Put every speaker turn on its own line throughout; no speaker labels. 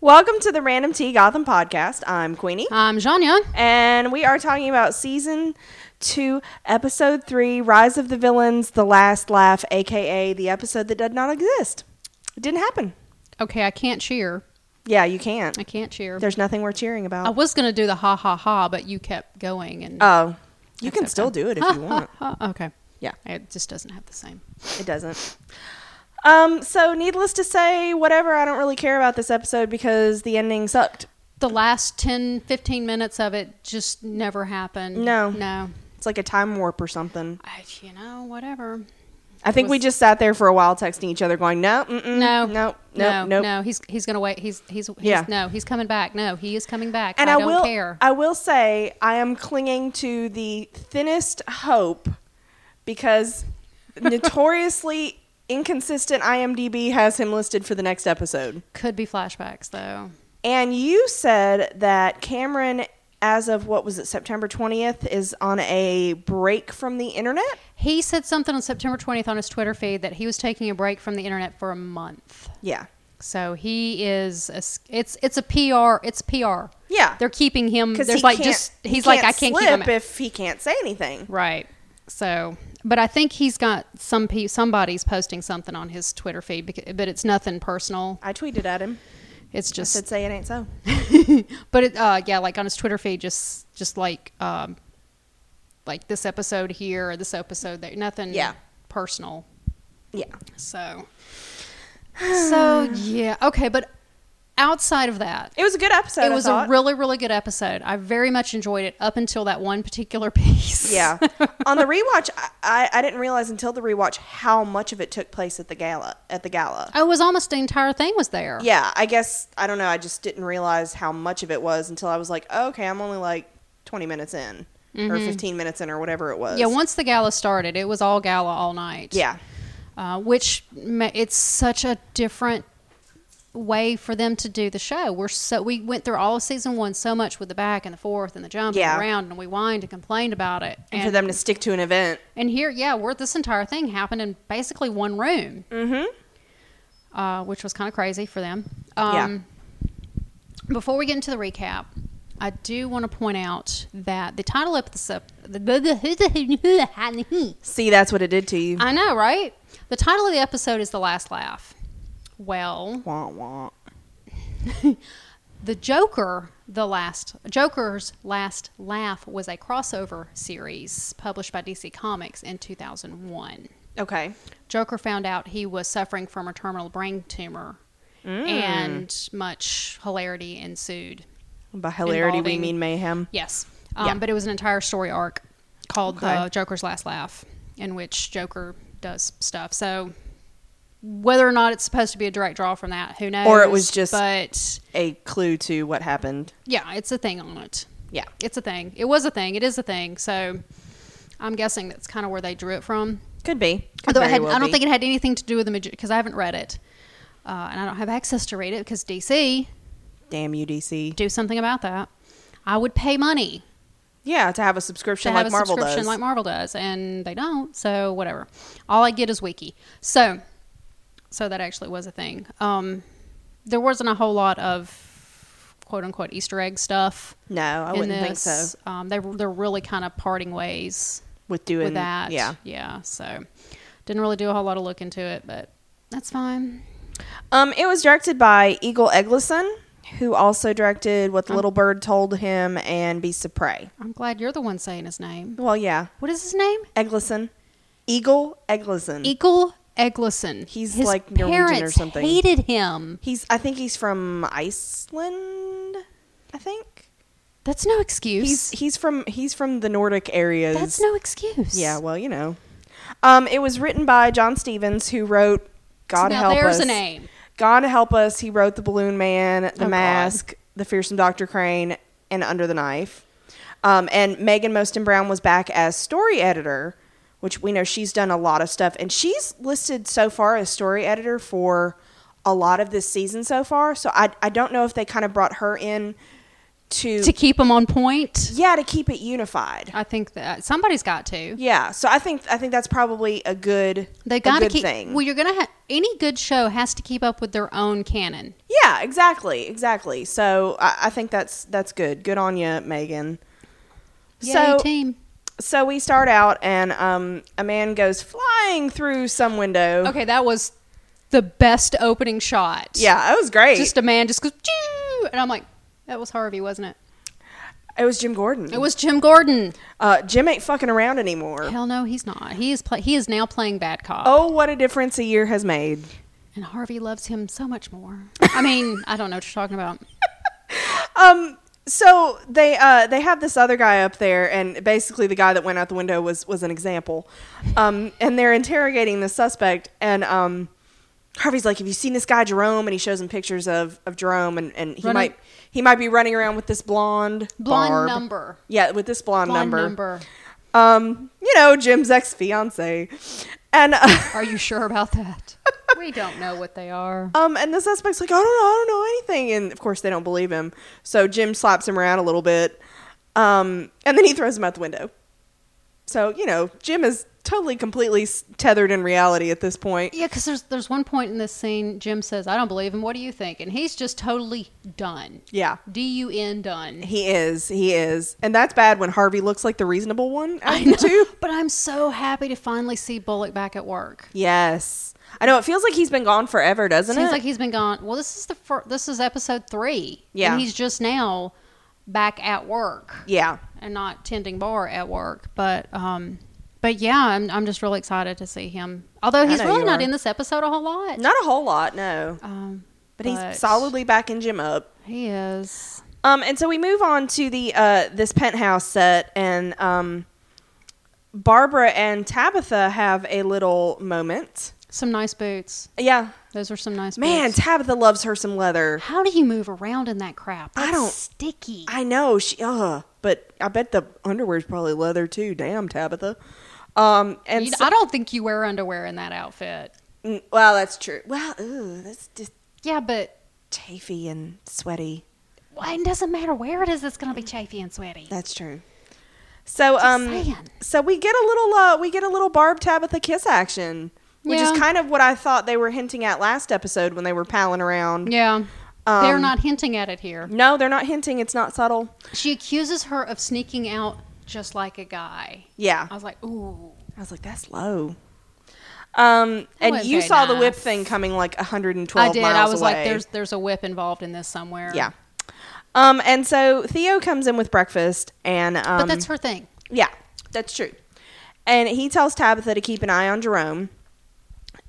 Welcome to the Random Tea Gotham podcast. I'm Queenie,
I'm Um, Janya.
and we are talking about season two, episode three, Rise of the Villains, The Last Laugh, aka the episode that did not exist. It didn't happen.
Okay, I can't cheer.
Yeah, you can't.
I can't cheer.
There's nothing we're cheering
I
about.
was gonna do the ha ha ha, but you kept going and
Oh, you
Okay,
can still do it if you want.
Ha, okay.
Uh, Yeah.
It just doesn't have the same.
It doesn't. Um, so needless to say, whatever, I don't really care about this episode because the ending sucked.
The last 10, 15 minutes of it just never happened.
No.
No.
It's like a time warp or something.
I, you know, whatever.
I think we
was-
just sat there for a while texting each other going, no, mm-mm, no,
No. No.
no, no.
No. He's he's gonna wait. He's he's, he's
Yeah.
no, he's coming back. No, he is coming back.
And I,
I, don't
will,
care.
I will say I am clinging to the thinnest hope because notoriously inconsistent IMDb has him listed for the next episode.
Could be flashbacks though.
And you said that Cameron, as of what was it, September 20th, is on a break from the internet?
He said something on September 20th on his Twitter feed that he was taking a break from the internet for a month.
Yeah.
So he is. A, s- it's it's a PR. It's PR.
Yeah.
They're keeping him.
Because
There's like just he's like I can't keep him. out."
if he can't say anything.
right. So, but I think he's got some pe- somebody's posting something on his Twitter feed, because, but it's nothing personal.
I tweeted at him.
It's
I said,
just.
say it ain't so.
but it, uh, yeah, like on his Twitter feed, just just like um, like this episode here or this episode there, nothing.
Yeah.
Personal.
Yeah.
So. so yeah. Okay, but outside of that.
It was a good episode.
it
I
was a
thought.
really really good episode i very much enjoyed it up until that one particular piece
Yeah. On the rewatch, I, I, I didn't realize until the rewatch how much of it took place at the gala. At the gala.
it was almost the entire thing was there
Yeah, I guess I don't know. I just didn't realize how much of it was until I was like, oh, okay, I'm only like 20 minutes in or 15 minutes in or whatever it was.
Mm-hmm. yeah once the gala started it was all gala all night
yeah,
uh, which ma- it's such a different way for them to do the show we're so we went through all of season one so much with the back and the forth and the jump
Yeah.
and around and we whined and complained about it
and for them to stick to an event.
And here, yeah, we're this entire thing happened in basically one room. Mm-hmm. Uh, which was kind of crazy for them. Um, Before we get into the recap, I do want to point out that the title of this ep-
See, that's what it did to you.
I know, right? The title of the episode is "The Last Laugh." Well,
Wah, wah.
the Joker, the last Joker's last laugh was a crossover series published by DC Comics in 2001.
Okay.
Joker found out he was suffering from a terminal brain tumor,
Mm.
and much hilarity ensued.
By hilarity, we
Involving-
mean mayhem.
Yes, um,
Yeah.
but it was an entire story arc called
Okay.
the Joker's Last Laugh, in which Joker does stuff. So, whether or not it's supposed to be a direct draw from that, who knows?
Or it was just-
but
A clue to what happened.
yeah, it's a thing on it.
Yeah.
It's a thing. It was a thing. It is a thing. So, I'm guessing that's kind of where they drew it from.
Could be. Could
Although it
very
had,
well
I don't
be.
think it had anything to do with the magic because I haven't read it, uh, and I don't have access to read it because DC
Damn UDC.
do something about that. I would pay money
Yeah, to have a
to
subscription
have
like
a
Marvel
subscription
does.
like Marvel does, and they don't. So whatever. All I get is Wiki. So, so that actually was a thing. Um, there wasn't a whole lot of quote unquote Easter egg stuff.
no, I
in
wouldn't think
this.
so.
Um, they they're really kind of parting ways
With doing
with that.
Yeah.
yeah. So didn't really do a whole lot of look into it, but that's fine.
Um, it was directed by Eagle Eggleston, who also directed
Oh.
What the Little Bird Told Him and Beasts of Prey.
I'm glad you're the one saying his name.
Well, yeah,
What is his name?
Eggleston, Eagle Eggleston.
Eagle Eggleston.
He's
his
like Norwegian or
parents
something.
Hated him.
he's, I think he's from Iceland. I think
That's no excuse.
he's he's from he's from the Nordic areas.
That's no excuse.
yeah. Well, you know, um, it was written by John Stevens, who wrote God
now
Help
there's
Us.
a name.
God Help Us. He wrote The Balloon Man, The
Oh, God.
Mask, The Fearsome Dr. Crane, and Under the Knife. Um, and Megan Moston Brown was back as story editor, which we know she's done a lot of stuff. And she's listed so far as story editor for a lot of this season so far. So I, I don't know if they kind of brought her in to,
to keep Uh, them on point.
yeah to keep it unified.
I think that somebody's got to.
Yeah, so I think I think that's probably a good
They
a
got to
good
keep.
thing.
Well, you're gonna ha- any good show has to keep up with their own canon.
yeah, exactly, exactly. So I, I think that's that's good. Good on you, Megan.
Yay,
so
team.
so we start out and um, a man goes flying through some window.
Okay, that was the best opening shot.
Yeah, that was great.
just a man just goes, "Choo!" and I'm like, that was Harvey, wasn't it?
it was Jim Gordon.
It was Jim Gordon.
uh, Jim ain't fucking around anymore.
Hell no, he's not. He is play- he is now playing bad cop,
Oh, what a difference a year has made.
and Harvey loves him so much more. I mean, I don't know what you're talking about.
So they uh, they have this other guy up there, and basically the guy that went out the window was was an example. Um, and they're interrogating the suspect, and um, Harvey's like, "Have you seen this guy Jerome?" And he shows him pictures of of Jerome, and, and he
Running-
might he might be running around with this blonde
Blonde
barb.
number.
Yeah, with this blonde,
Blonde
number.
number.
Um, you know, Jim's ex fiance, and. Uh,
Are you sure about that? we don't know what they are.
Um, and the suspect's like, I don't know, I don't know anything. And of course, they don't believe him. So Jim slaps him around a little bit. Um, and then he throws him out the window. So, you know, Jim is totally, completely s- tethered in reality at this point.
Yeah, because there's there's one point in this scene, Jim says, "I don't believe him. What do you think?" And he's just totally done.
Yeah.
D U N done.
He is. He is. And that's bad when Harvey looks like the reasonable one. I know.
But I'm so happy to finally see Bullock back at work.
Yes. I know. It feels like he's been gone forever, doesn't
Seems
it?
like he's been gone. Well, this is the fir- this is episode three.
Yeah.
and he's just now back at work
yeah.
and not tending bar at work. But um, but yeah, I'm I'm just really excited to see him. Although he's
know
really
you
not
are.
in this episode a whole lot.
Not a whole lot, no.
Um,
But he's solidly backing Jim up.
He is.
Um, and so we move on to the uh, this penthouse set, and um, Barbara and Tabitha have a little moment.
Some nice boots.
Yeah,
Those are some nice
man,
boots.
Tabitha loves her some leather.
How do you move around in that crap?
I
That's
don't-
sticky.
I know she, uh, but I bet the underwear's probably leather too. Damn, Tabitha. Um, and
You-
so-
I don't think you wear underwear in that outfit.
mm, well, that's true. Well, ooh, that's just
Yeah, but
chafy and sweaty.
well, it doesn't matter where it is. It's going to be chafy and sweaty.
That's true. So, um,
saying.
so we get a little, uh, we get a little Barb Tabitha kiss action, which is
Yeah.
kind of what I thought they were hinting at last episode when they were palling around.
Yeah. They're
Um,
not hinting at it here.
No, they're not hinting. It's not subtle.
She accuses her of sneaking out just like a guy.
Yeah,
I was like, ooh.
I was like, that's low. Um,
That
and
wasn't
you
very
saw the whip
nice.
thing coming like 112
I did.
miles
I was
away.
like, there's there's a whip involved in this somewhere.
yeah. Um, and so Theo comes in with breakfast, and um,
But that's her thing.
Yeah, that's true. And he tells Tabitha to keep an eye on Jerome.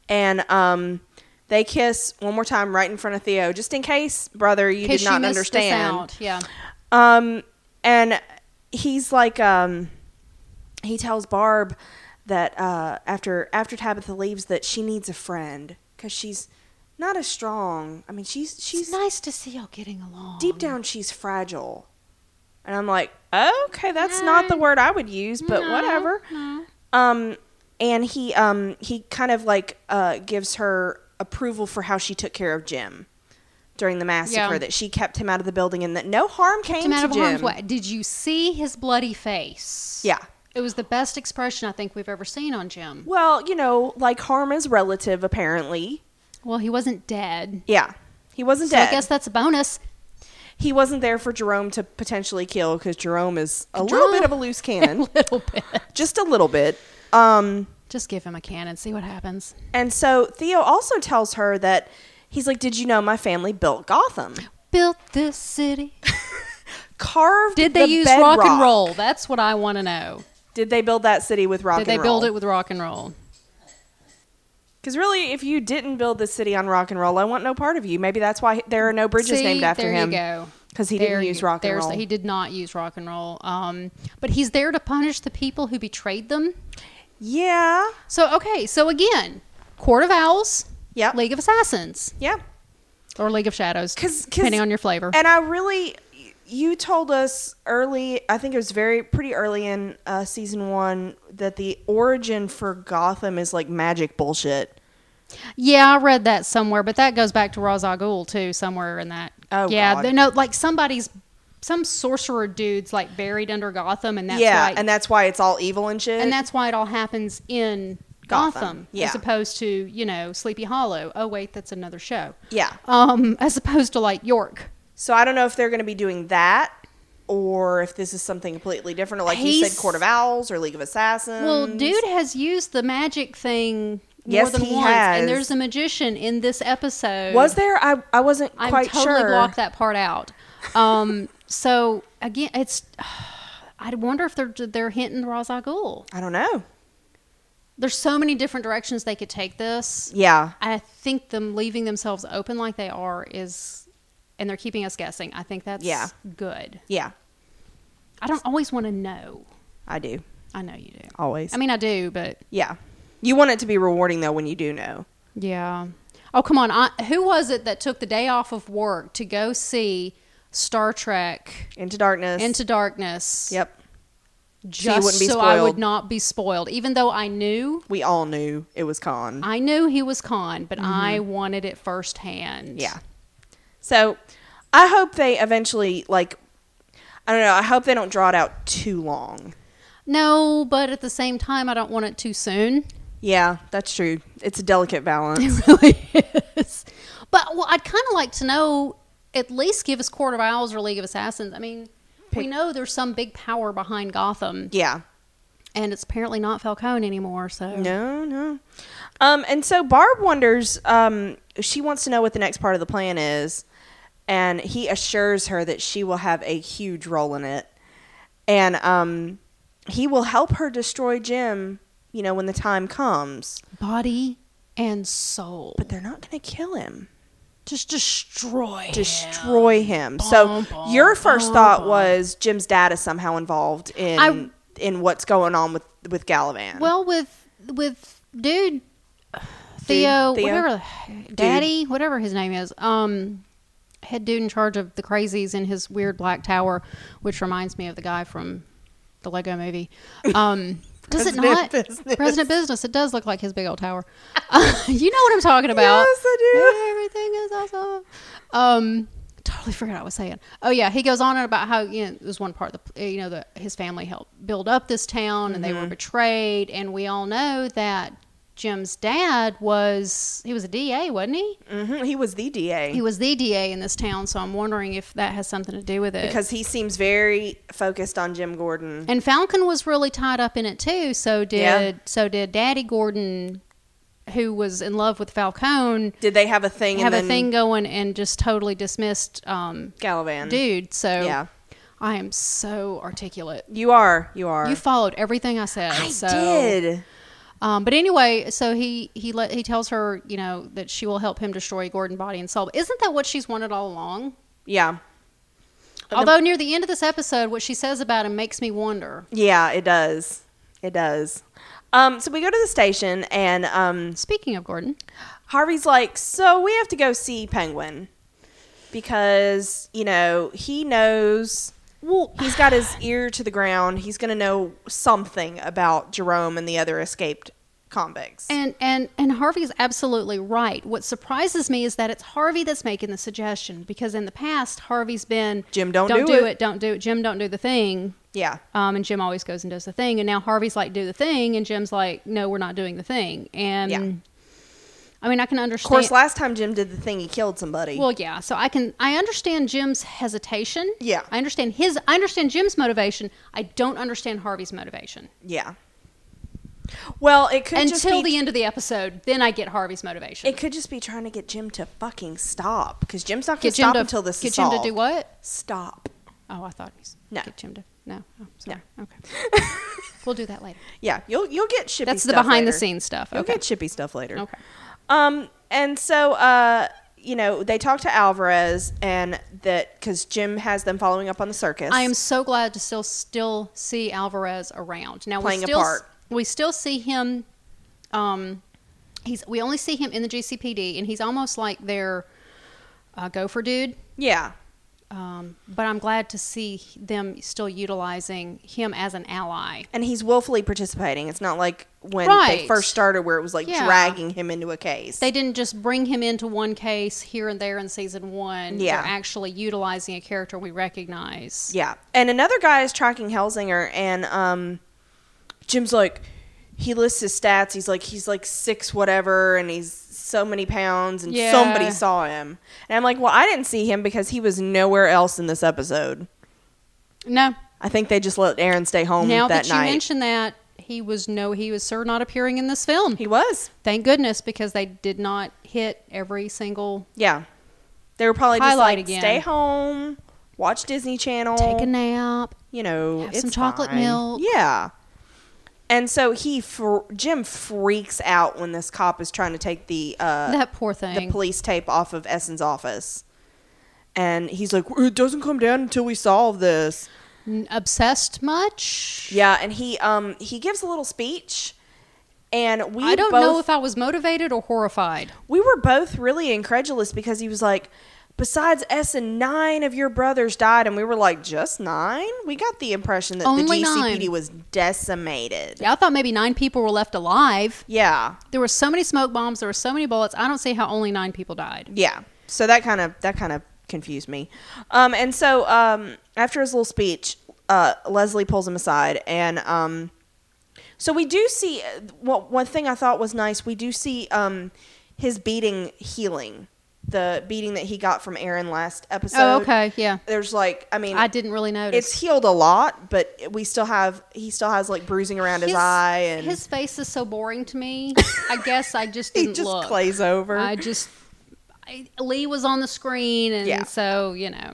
And um, they kiss one more time right in front of Theo, just in case, brother, you
'Cause
did
she
not
missed this
understand.
out. Yeah.
Um, and he's like, um, he tells Barb that uh, after after Tabitha leaves, that she needs a friend because she's not as strong. I mean, she's
It's
she's
nice to see y'all getting along.
deep down she's fragile. And I'm like, okay, that's not the word I would use, but
No,
whatever.
no.
Um, and he um he kind of like uh gives her approval for how she took care of Jim during the massacre.
Yeah.
That she kept him out of the building and that no harm came
Him out
to
of
Jim.
harm's way. Did you see his bloody face?
Yeah.
It was the best expression I think we've ever seen on Jim.
Well, you know, like harm is relative, apparently.
Well, he wasn't dead.
Yeah, he wasn't
So
dead.
I guess that's a bonus.
he wasn't there for Jerome to potentially kill because Jerome is a little bit of a loose cannon,
little bit.
just a little bit. Um.
Just give him a can and see what happens.
And so Theo also tells her that he's like, Did you know my family built Gotham?
Built this city.
Carved.
Did they
the
use rock and
bedrock.
roll? That's what I want to know.
Did they build that city with rock
Did
and
they
roll?
build it with rock and roll?
Because really, if you didn't build the city on rock and roll, I want no part of you. Maybe that's why there are no bridges
See,
named after
there
him.
you go.
Because he
There
didn't
you-
use rock and
there's-
roll.
He did not use rock and roll. Um, but he's there to punish the people who betrayed them.
yeah.
So okay, so again, Court of Owls,
Yep.
League of Assassins,
Yeah.
or League of Shadows,
'Cause- 'cause-
depending on your flavor.
And I really, you told us early, I think it was very, pretty early in uh, season one, that the origin for Gotham is like magic bullshit.
Yeah, I read that somewhere, but that goes back to Ra's al Ghul too, somewhere in that.
Oh,
yeah,
God.
they know like somebody's some sorcerer dude's like buried under Gotham, and that's
yeah,
like,
and that's why it's all evil and shit.
and that's why it all happens in
Gotham,
Gotham,
yeah.
as opposed to you know Sleepy Hollow. Oh wait, that's another show.
yeah.
Um, as opposed to like York.
So I don't know if they're going to be doing that or if this is something completely different, or like you
He's-
said, Court of Owls or League of Assassins.
Well, dude has used the magic thing
Mm. Yes,
more than
he
once,
has.
and there's a magician in this episode.
was there? I I wasn't
I
quite
totally
sure.
blocked that part out. Um, so again, it's. I wonder if they're they're hinting Ra's al Ghul.
I don't know.
There's so many different directions they could take this.
Yeah,
I think them leaving themselves open like they are is, and they're keeping us guessing. I think that's
Yeah.
good.
yeah,
I don't always want to know.
I do
I know you do.
always.
I mean, I do, but
yeah, you want it to be rewarding though when you do know.
yeah. Oh, come on. I, who was it that took the day off of work to go see Star Trek
Into darkness.
Into Darkness?
yep. you
Just
wouldn't be
so I
spoiled.
would not be spoiled, even though I knew.
We all knew it was con.
I knew he was con, but I wanted it firsthand.
Mm-hmm. Yeah. So I hope they eventually like. I don't know. I hope they don't draw it out too long.
No, but at the same time, I don't want it too soon.
Yeah, that's true. It's a delicate balance.
really is. But well, I'd kind of like to know at least give us Court of Owls or League of Assassins. I mean, we
Pick-
know there's some big power behind Gotham,
yeah.
and it's apparently not Falcone anymore. So
No, no. Um, and so Barb wonders, um, she wants to know what the next part of the plan is. And he assures her that she will have a huge role in it. And um, he will help her destroy Jim, you know, when the time comes.
body and soul
But they're not going to kill him,
just destroy.
destroy him. so
Bum, bum,
your first
bum,
thought
bum.
was Jim's dad is somehow involved in.
I-
in what's going on with with Gallivan?
well, with with dude. Theo,
Theo?
whatever, Daddy, whatever his name is, um, head dude in charge of the crazies in his weird black tower, which reminds me of the guy from the Lego Movie. Um, does it
President
not?
Business.
President Business. It does look like his big old tower. you know what I'm talking about.
Yes, I
Everything is awesome. Um, totally forgot what I was saying. Oh yeah, he goes on and about how you know there's one part of the eh, you know the his family helped build up this town and they
Mm-hmm.
were betrayed and we all know that Jim's dad was he was a DA wasn't he?
hmm He was the DA.
He was the DA in this town, so I'm wondering if that has something to do with it.
because he seems very focused on Jim Gordon.
and Falcon was really tied up in it too. So did
Yeah.
so did Daddy Gordon, who was in love with Falcone,
Did they have a thing?
have
and
a
then
thing going and just totally dismissed um,
Gallivan.
dude. So
Yeah.
I am so articulate.
You are. You are.
You followed everything I said.
I
so.
did.
Um, but anyway, so he he let, he tells her, you know, that she will help him destroy Gordon body and soul. But Isn't that what she's wanted all along?
Yeah.
Although near the end of this episode, what she says about him makes me wonder.
Yeah. It does. It does. Um, so we go to the station, and um,
Speaking of Gordon,
Harvey's like, "So we have to go see Penguin because you know he knows." Well, he's got his ear to the ground. He's going to know something about Jerome and the other escaped convicts.
And and and Harvey's absolutely right. What surprises me is that it's Harvey that's making the suggestion because in the past Harvey's been
Jim, don't
don't
do
do,
it."
it. don't do it, Jim, don't do the thing.
yeah.
Um, and Jim always goes and does the thing, and now Harvey's like, do the thing, and Jim's like, no, we're not doing the thing. And
Yeah.
I mean, I can
Of
understand.
course, last time Jim did the thing, he killed somebody.
well, yeah. So I can I understand Jim's hesitation.
Yeah.
I understand his. I understand Jim's motivation. I don't understand Harvey's motivation
Yeah. Well, it could just
until
be,
the end of the episode. Then I get Harvey's motivation.
it could just be trying to get Jim to fucking stop because Jim's not going
get
to stop
Jim to
until this
get
is
Jim
solved.
to do what?
Stop.
Oh, I thought he's
No.
get Jim to no. Oh, sorry. Okay, we'll do that later.
Yeah, you'll you'll get shippy.
That's the
stuff
behind the
later.
scenes stuff.
You'll
Okay.
get shippy stuff later.
Okay.
Um, and so uh, you know, they talk to Alvarez and that because Jim has them following up on the circus.
I am so glad to still still see Alvarez around. Now
Playing a
we still s-
part.
we still see him. Um, he's we only see him in the GCPD, and he's almost like their uh, gopher dude.
Yeah.
Um, but I'm glad to see them still utilizing him as an ally.
And he's willfully participating. It's not like when they
Right.
first started where it was like
Yeah.
dragging him into a case.
They didn't just bring him into one case here and there in season one.
Yeah.
They're actually utilizing a character we recognize.
yeah. And another guy is tracking Helsinger and um Jim's like he lists his stats. He's like he's like 6 whatever and he's so many pounds and
Yeah.
somebody saw him. And I'm like, "Well, I didn't see him because he was nowhere else in this episode."
No.
I think they just let Aaron stay home
now
that,
that, you
night.
mentioned that, he was no, he was sir not appearing in this film.
he was.
Thank goodness because they did not hit every single
Yeah. They were probably just
Highlight
like
again.
stay home, watch Disney Channel,
take a nap.
you know,
Have
it's
some chocolate
fine.
milk.
Yeah. And so he fr- Jim freaks out when this cop is trying to take the uh
that poor
the
thing.
police tape off of Essen's office. And he's like, "It doesn't come down until we solve this."
N- Obsessed much?
Yeah, and he um he gives a little speech, and we
I don't
both
know if I was motivated or horrified.
we were both really incredulous because he was like, besides Essen, nine of your brothers died. And we were like, just nine? We got the impression that
Only
the
nine.
GCPD was decimated.
Yeah, I thought maybe nine people were left alive.
Yeah.
There were so many smoke bombs. There were so many bullets. I don't see how only nine people died.
Yeah. So that kind of that kind of confused me. Um, and so um, after his little speech, uh, Leslie pulls him aside, and um, so we do see. Well, one thing I thought was nice, we do see um, his beating healing, the beating that he got from Aaron last episode.
oh, okay, yeah.
There's like, I mean,
I didn't really notice.
it's healed a lot, but we still have he still has like bruising around his, eye, and
his face is so boring to me. I guess I just
he
didn't
just
look.
clays over.
I just I, Lee was on the screen, and
Yeah.
so you know,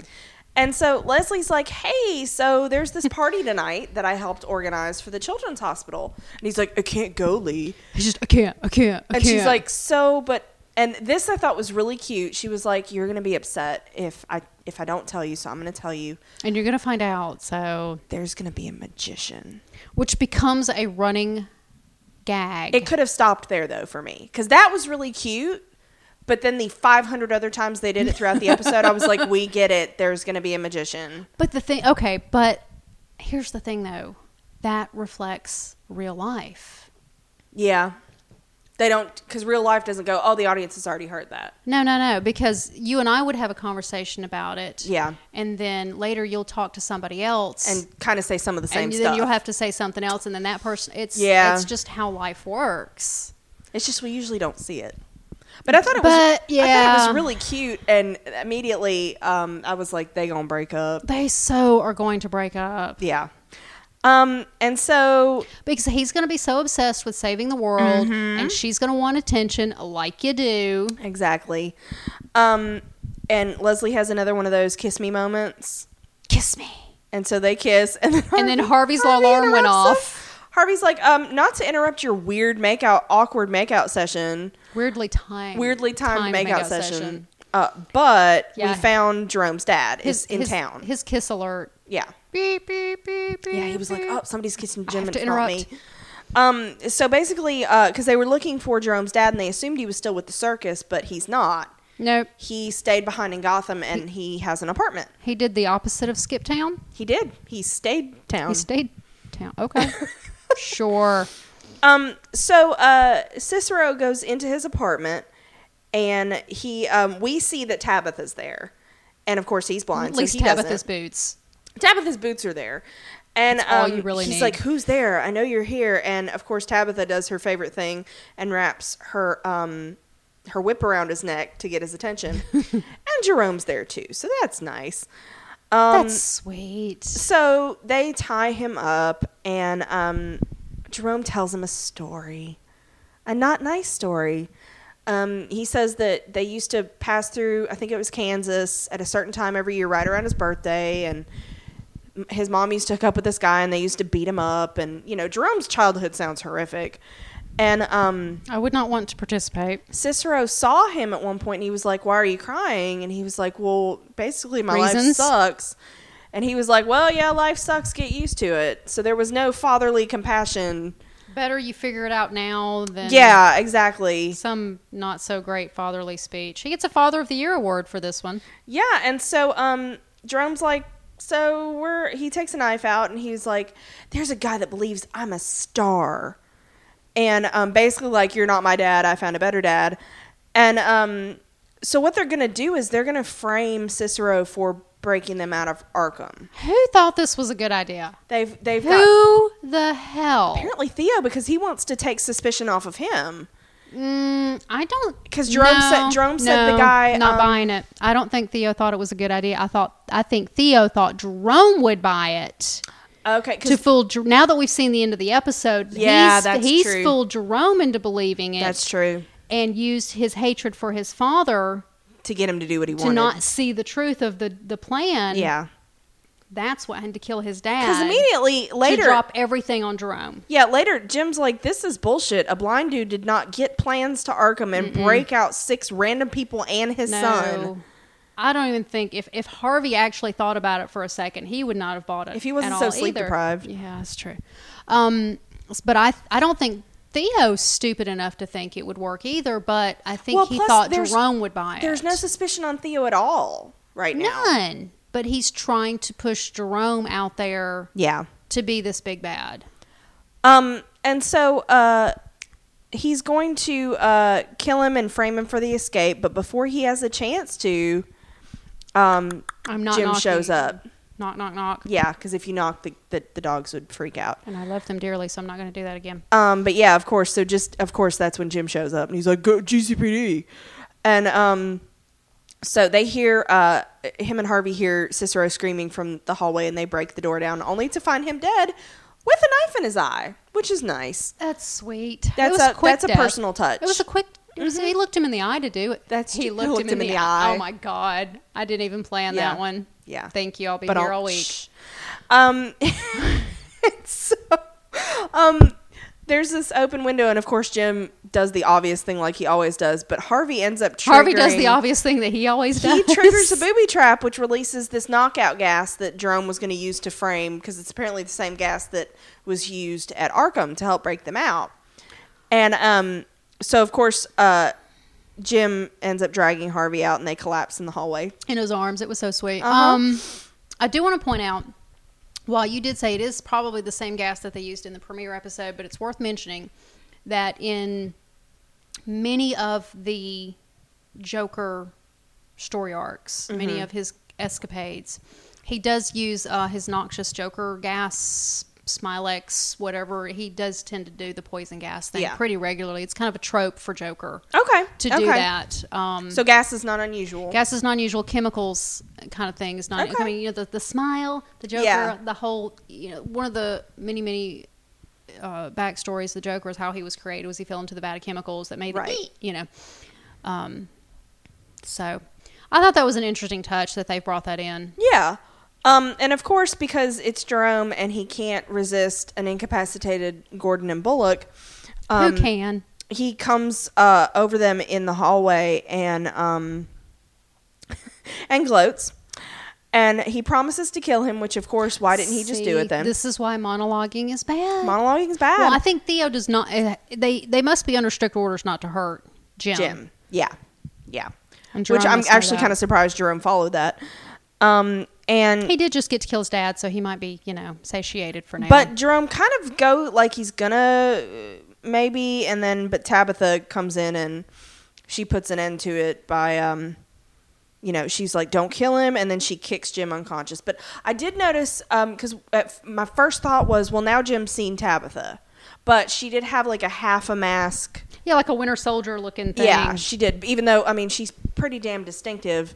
And so Leslie's like, hey, so there's this party tonight that I helped organize for the children's hospital. And he's like, I can't go, Lee.
he's just I can't, I can't, I
And
can't.
she's like, so, but, and this I thought was really cute. She was like, you're going to be upset if I, if I don't tell you. So I'm going to tell you
and you're gonna find out. So,
there's going to be a magician.
which becomes a running gag.
It could have stopped there though for me because that was really cute. But then the 500 other times they did it throughout the episode, I was like, we get it. There's going to be a magician.
but the thing, okay, but here's the thing though, that reflects real life.
Yeah. They don't, because real life doesn't go, oh, the audience has already heard that.
No, no, no, because you and I would have a conversation about it.
Yeah.
And then later you'll talk to somebody else.
and kind of say some of the same
and then
stuff.
you'll have to say something else and then that person it's
Yeah.
it's just how life works.
it's just we usually don't see it. But I thought it was
But,
I thought it
yeah.
was really cute and immediately um, I was like they going to break up.
They so are going to break up
Yeah. Um and so
because he's going to be so obsessed with saving the world
Mm-hmm.
and she's going to want attention like you do.
exactly. Um and Leslie has another one of those kiss me moments.
Kiss me.
And so they kiss and then,
And then Harvey's
Harvey
alarm went
interrupts
off.
them. Harvey's like, um, not to interrupt your weird makeout, awkward makeout session,
Weirdly timed.
weirdly timed, makeout, session.
session.
Uh, but
Yeah.
we found Jerome's dad is in
his,
town.
His kiss alert.
yeah.
Beep beep beep beep.
Yeah, he was like,
beep.
"Oh, somebody's kissing Jim,
have
and
to
it's not me." Um, so basically, because they were looking for Jerome's dad, and they assumed he was still with the circus, but he's not.
Nope.
He stayed behind in Gotham, and he has an apartment.
He did the opposite of Skip Town.
He did. He stayed town.
He stayed town. Okay. sure.
Um, so uh, Cicero goes into his apartment, and he um, we see that Tabitha's there, and of course he's blind,
At least
so he
Tabitha's
doesn't.
boots.
Tabitha's boots are there. And
all
um,
you really
he's
need.
like, "Who's there? I know you're here." And of course, Tabitha does her favorite thing and wraps her um, her whip around his neck to get his attention. and Jerome's there too, so that's nice. Um,
That's sweet.
so they tie him up, and um, Jerome tells him a story, a not nice story. Um, he says that they used to pass through, I think it was Kansas, at a certain time every year, right around his birthday, and m- his mom used to hook up with this guy, and they used to beat him up, and you know, Jerome's childhood sounds horrific, and um,
I would not want to participate.
Cicero saw him at one point and he was like, Why are you crying? And he was like, Well, basically, my life
Reasons?
sucks. And he was like, Well, yeah, life sucks. Get used to it. So there was no fatherly compassion.
Better you figure it out now than
Yeah, exactly.
some not so great fatherly speech. He gets a Father of the Year award for this one.
Yeah. And so um, Jerome's like, so we're. He takes a knife out and he's like, "There's a guy that believes I'm a star," and um, basically like, "You're not my dad. I found a better dad." And um, so what they're gonna do is they're gonna frame Cicero for breaking them out of Arkham.
Who thought this was a good idea?
They've they've got
Who the hell?
apparently Theo because he wants to take suspicion off of him.
Mm, I don't
'Cause Jerome said-
no,
Jerome said the
no,
guy,
not
um,
buying it. I don't think Theo thought it was a good idea. I thought I think Theo thought Jerome would buy it
Okay,
to
'cause-
fool. Jer- Now that we've seen the end of the episode,
Yeah,
he's,
that's
he's
true.
fooled Jerome into believing it.
that's true.
and used his hatred for his father
To get him to do what he
to
wanted.
not see the truth of the the plan.
yeah,
that's what and to kill his dad.
because immediately later,
to drop everything on Jerome.
yeah, later Jim's like, "This is bullshit. A blind dude did not get plans to Arkham and break out six random people and his
No.
son.
I don't even think if, if Harvey actually thought about it for a second, he would not have bought it.
If he wasn't
at
so
all
sleep
either.
deprived.
Yeah, that's true. Um, s- but I I don't think Theo's stupid enough to think it would work either. But I think
Well,
he
plus
thought
there's-
Jerome would buy it.
There's no suspicion on Theo at all right now.
none. But he's trying to push Jerome out there
Yeah.
to be this big bad.
Um, and so uh, he's going to uh, kill him and frame him for the escape, but before he has a chance to, um,
I'm not.
Jim
knocking.
shows up.
Knock knock knock.
Yeah, because if you knock, the, the, the dogs would freak out.
And I love them dearly, so I'm not going to do that again.
Um, but yeah, of course. So just of course, that's when Jim shows up and he's like, "Go GCPD," and um, so they hear uh, him and Harvey hear Cicero screaming from the hallway, and they break the door down, only to find him dead with a knife in his eye, which is nice.
That's sweet.
That's
it was
a-
a quick
that's a
death. Mm-hmm.
personal touch.
It was a quick. It was, He looked him in the eye to do it.
That's
he
true.
looked, him, in the, eye. Oh my god! I didn't even plan
Yeah.
that one.
Yeah.
Thank you. I'll be
But
here
I'll-
all week.
shh. Um, so, um, there's this open window, and of course Jim does the obvious thing like he always does, but Harvey ends up triggering.
Harvey does the obvious thing that he always
He
does.
triggers a booby trap, which releases this knockout gas that Jerome was going to use to frame, because it's apparently the same gas that was used at Arkham to help break them out. And um, so, of course, uh, Jim ends up dragging Harvey out, and they collapse in the hallway.
in his arms. It was so sweet.
Uh-huh.
Um, I do want to point out, while you did say it is probably the same gas that they used in the premiere episode, but it's worth mentioning that in many of the Joker story arcs,
Mm-hmm.
many of his escapades, he does use uh, his noxious Joker gas. Smilex, whatever he does, tend to do the poison gas thing
Yeah.
pretty regularly. It's kind of a trope for Joker
Okay,
to
okay.
do that. Um,
So gas is not unusual.
gas is not unusual chemicals kind of thing is not
Okay.
i mean you know the, the smile the joker
Yeah.
the whole you know one of the many many uh, backstories of the joker is how he was created was he fell into the vat of chemicals that made
Right.
the you know um so i thought that was an interesting touch that they brought that in
Yeah. Um, and of course, because it's Jerome and he can't resist an incapacitated Gordon and Bullock, um,
who can
he comes uh, over them in the hallway and um, and gloats. And he promises to kill him, which of course, why didn't he just do it
See,
then?
this is why monologuing is bad
Monologuing's bad.
well i think theo does not uh, they they must be under strict orders not to hurt jim
Jim. Yeah. Yeah.
And
Which
Jerome
I'm
must know
actually
that.
kind of surprised Jerome followed that. Um, and
he did just get to kill his dad so he might be you know satiated for now
But Jerome kind of go like he's gonna uh, maybe, and then but Tabitha comes in and she puts an end to it by um, you know, she's like, "Don't kill him," and then she kicks Jim unconscious. But I did notice um, because my first thought was, well, now Jim's seen Tabitha, but she did have like a half a mask.
Yeah, like a Winter Soldier looking thing.
Yeah, she did. Even though I mean, she's pretty damn distinctive.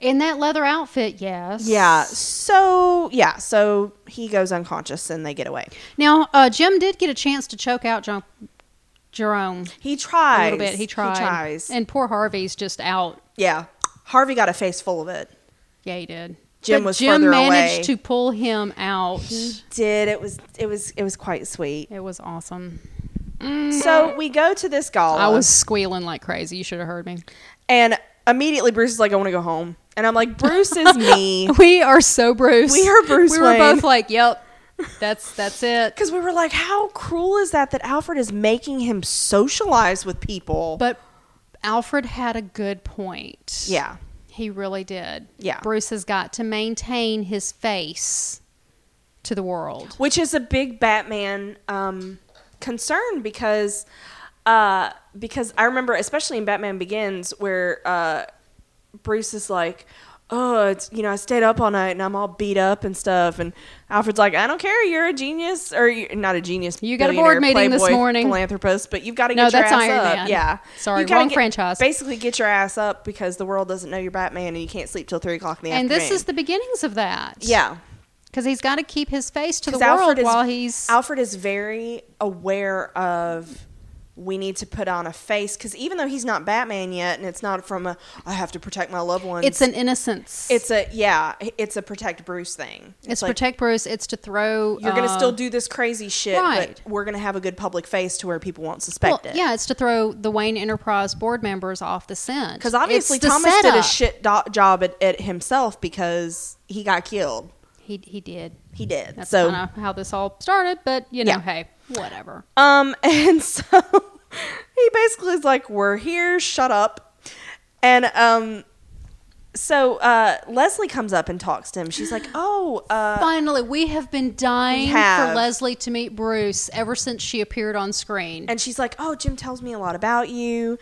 In that leather outfit, yes.
Yeah. So yeah. So he goes unconscious and they get away.
Now, uh, Jim did get a chance to choke out John- Jerome
He tries
a little bit. He tried.
He tries.
And poor Harvey's just out.
Yeah. Harvey got a face full of it.
Yeah, he did.
Jim
but
was
Jim
further
managed
away.
to pull him out.
Did it was it was it was quite sweet.
It was awesome.
So we go to this gala
I was squealing like crazy. You should have heard me.
and immediately Bruce is like, I want to go home. And I'm like, Bruce is me.
We are so Bruce.
We are Bruce
We were
Wayne.
both like, "Yep, that's that's it."
Because we were like, how cruel is that that Alfred is making him socialize with people?
But Alfred had a good point.
yeah.
He really did.
Yeah.
Bruce has got to maintain his face to the world.
which is a big Batman um, concern because uh, because I remember especially in Batman Begins where uh, Bruce is like, oh, it's you know I stayed up all night and I'm all beat up and stuff, and Alfred's like, I don't care, you're a genius or you're not a genius.
You got a board
billionaire,
meeting this
playboy,
morning.
philanthropist, but you've got to
No,
get your
that's
ass
Iron
up.
Man.
Yeah,
Sorry,
You gotta
wrong
get-
franchise.
Basically, get your ass up because the world doesn't know you're Batman and you can't sleep till three o'clock in the
And
afternoon.
this is the beginnings of that.
yeah.
Because he's got to keep his face to the
'Cause
world
Alfred is-
while he's.
Alfred is very aware of we need to put on a face because even though he's not Batman yet, and it's not from a I have to protect my loved ones.
it's an innocence.
it's a yeah, it's a protect Bruce thing.
It's
like,
protect Bruce. It's to throw.
You're gonna
uh,
still do this crazy shit,
right.
but we're gonna have a good public face to where people won't
Well,
suspect it.
yeah, it's to throw the Wayne Enterprise board members off the scent.
because obviously
It's the
Thomas did a
setup.
shit do- job at, at himself because he got killed.
He he did.
He did.
That's
so
kind of how this all started, but you know,
Yeah.
hey, whatever.
Um, and so he basically is like, "We're here, shut up." And um, so uh, Leslie comes up and talks to him. She's like, "Oh, uh,
Finally, we have been dying
We have.
for Leslie to meet Bruce ever since she appeared on screen.
and she's like, "Oh, Jim tells me a lot about you,"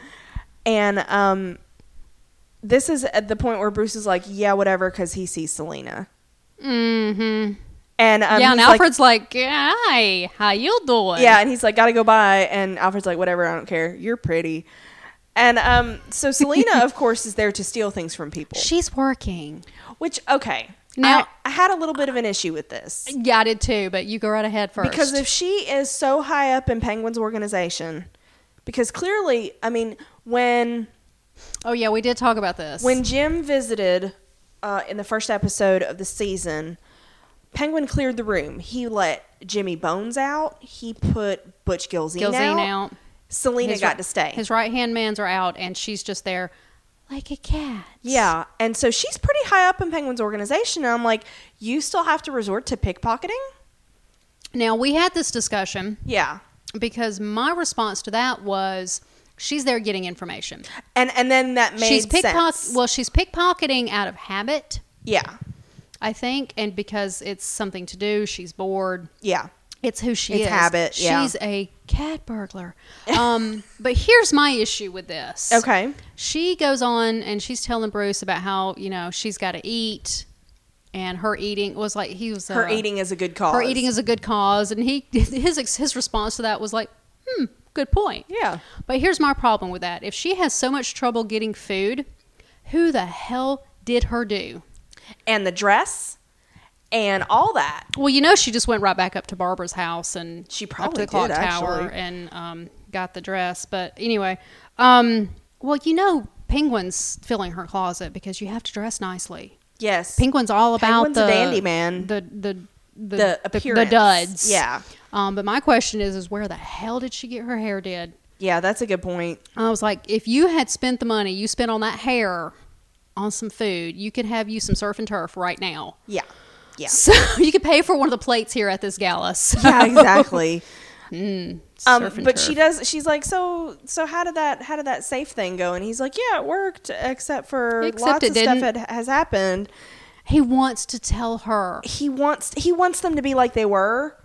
and um, this is at the point where Bruce is like, "Yeah, whatever," because he sees Selena,
mm-hmm.
and um,
yeah, and
he's like-
Alfred's like, "Hi, how you doing?"
yeah, and he's like, "Gotta go by," and Alfred's like, "Whatever, I don't care. You're pretty." And um, so Selena, of course, is there to steal things from people.
she's working.
Which okay.
Now-
I, I had a little bit of an issue with this
Yeah, I did too, but you go right ahead first.
because if she is so high up in Penguin's organization, because clearly, I mean, when
oh yeah, we did talk about this.
when Jim visited uh, in the first episode of the season, Penguin cleared the room. He let Jimmy Bones out. He put Butch Gilzine,
Gilzine
out.
out.
Selena
His
got
ri-
to stay.
His right hand man's are out, and she's just there like a cat.
yeah, and so she's pretty high up in Penguin's organization. And I'm like, you still have to resort to pickpocketing?
Now we had this discussion
Yeah.
because my response to that was she's there getting information.
And and then that made
she's pickpock
sense.
well, she's pickpocketing out of habit,
yeah.
I think, and because it's something to do, she's bored.
Yeah.
It's who she
It's
is.
habit, yeah.
She's a cat burglar. Um, but here's my issue with this.
Okay.
She goes on and she's telling Bruce about how you know she's got to eat, and her eating was like he was
Her
uh,
eating is a good cause.
Her eating is a good cause, and he his ex- his response to that was like, "Hmm, good point."
Yeah.
But here's my problem with that: if she has so much trouble getting food, who the hell did her do?
and the dress and all that.
Well, you know, she just went right back up to Barbara's house and
She
up to
probably
the clock
did,
tower
actually.
and um, got the dress. But anyway, um, well, you know, Penguin's filling her closet because you have to dress nicely.
Yes.
Penguin's all about
Penguin's
the
a dandy man.
the the the,
The
the, the
appearance.
duds.
Yeah.
Um, but my question is, is where the hell did she get her hair did?
Yeah, that's a good point.
I was like, if you had spent the money you spent on that hair on some food, you could have you some surf and turf right now.
Yeah. Yeah.
So you could pay for one of the plates here at this gala. So-
Yeah, exactly. um,
surf and
but she
turf.
does. She's like, so, so how did that, how did that safe thing go? And he's like, yeah, it worked, except for
Except
lots
it
of stuff
didn't.
had, has happened.
He wants to tell her.
He wants, he wants them to be like they were,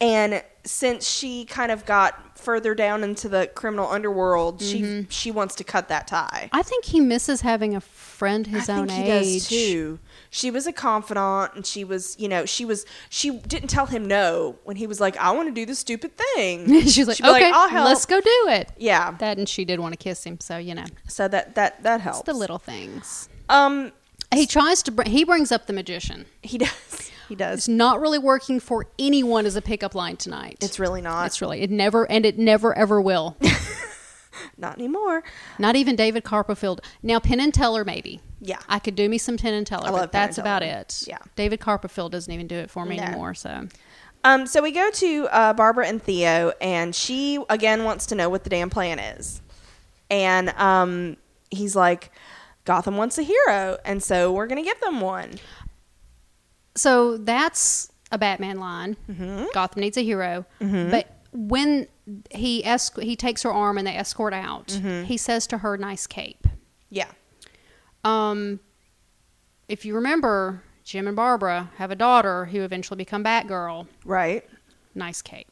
and since she kind of got further down into the criminal underworld, she she wants to cut that tie.
I think he misses having a friend his own age.
too. She was a confidant, and she was, you know, she was. She didn't tell him no when he was like, "I want to do this stupid thing."
She's like,
She'd be
okay,
"I'll help."
let's go do it.
Yeah.
That and she did want to kiss him, so you know, it's
So that that that helps.
the little things.
um,
He tries to. Br- he brings up the magician.
he does. He
It's
does.
not really working for anyone as a pickup line tonight.
It's really not.
It's really. It never and it never ever will.
not anymore.
not even David Copperfield. Now Penn and Teller maybe.
Yeah.
I could do me some Penn and Teller,
I
but
love Penn and
that's about
Teller.
it.
Yeah.
David Copperfield doesn't even do it for me
No.
anymore. So
Um, so we go to uh, Barbara and Theo, and she again wants to know what the damn plan is. And um, he's like, Gotham wants a hero, and so we're gonna give them one.
so that's a Batman line.
Mm-hmm.
Gotham needs a hero. But when he
Mm-hmm.
esc- he takes her arm and they escort out, he says to her, "Nice cape."
Yeah.
Um, if you remember, Jim and Barbara have a daughter who eventually become Batgirl.
Right.
Nice cape.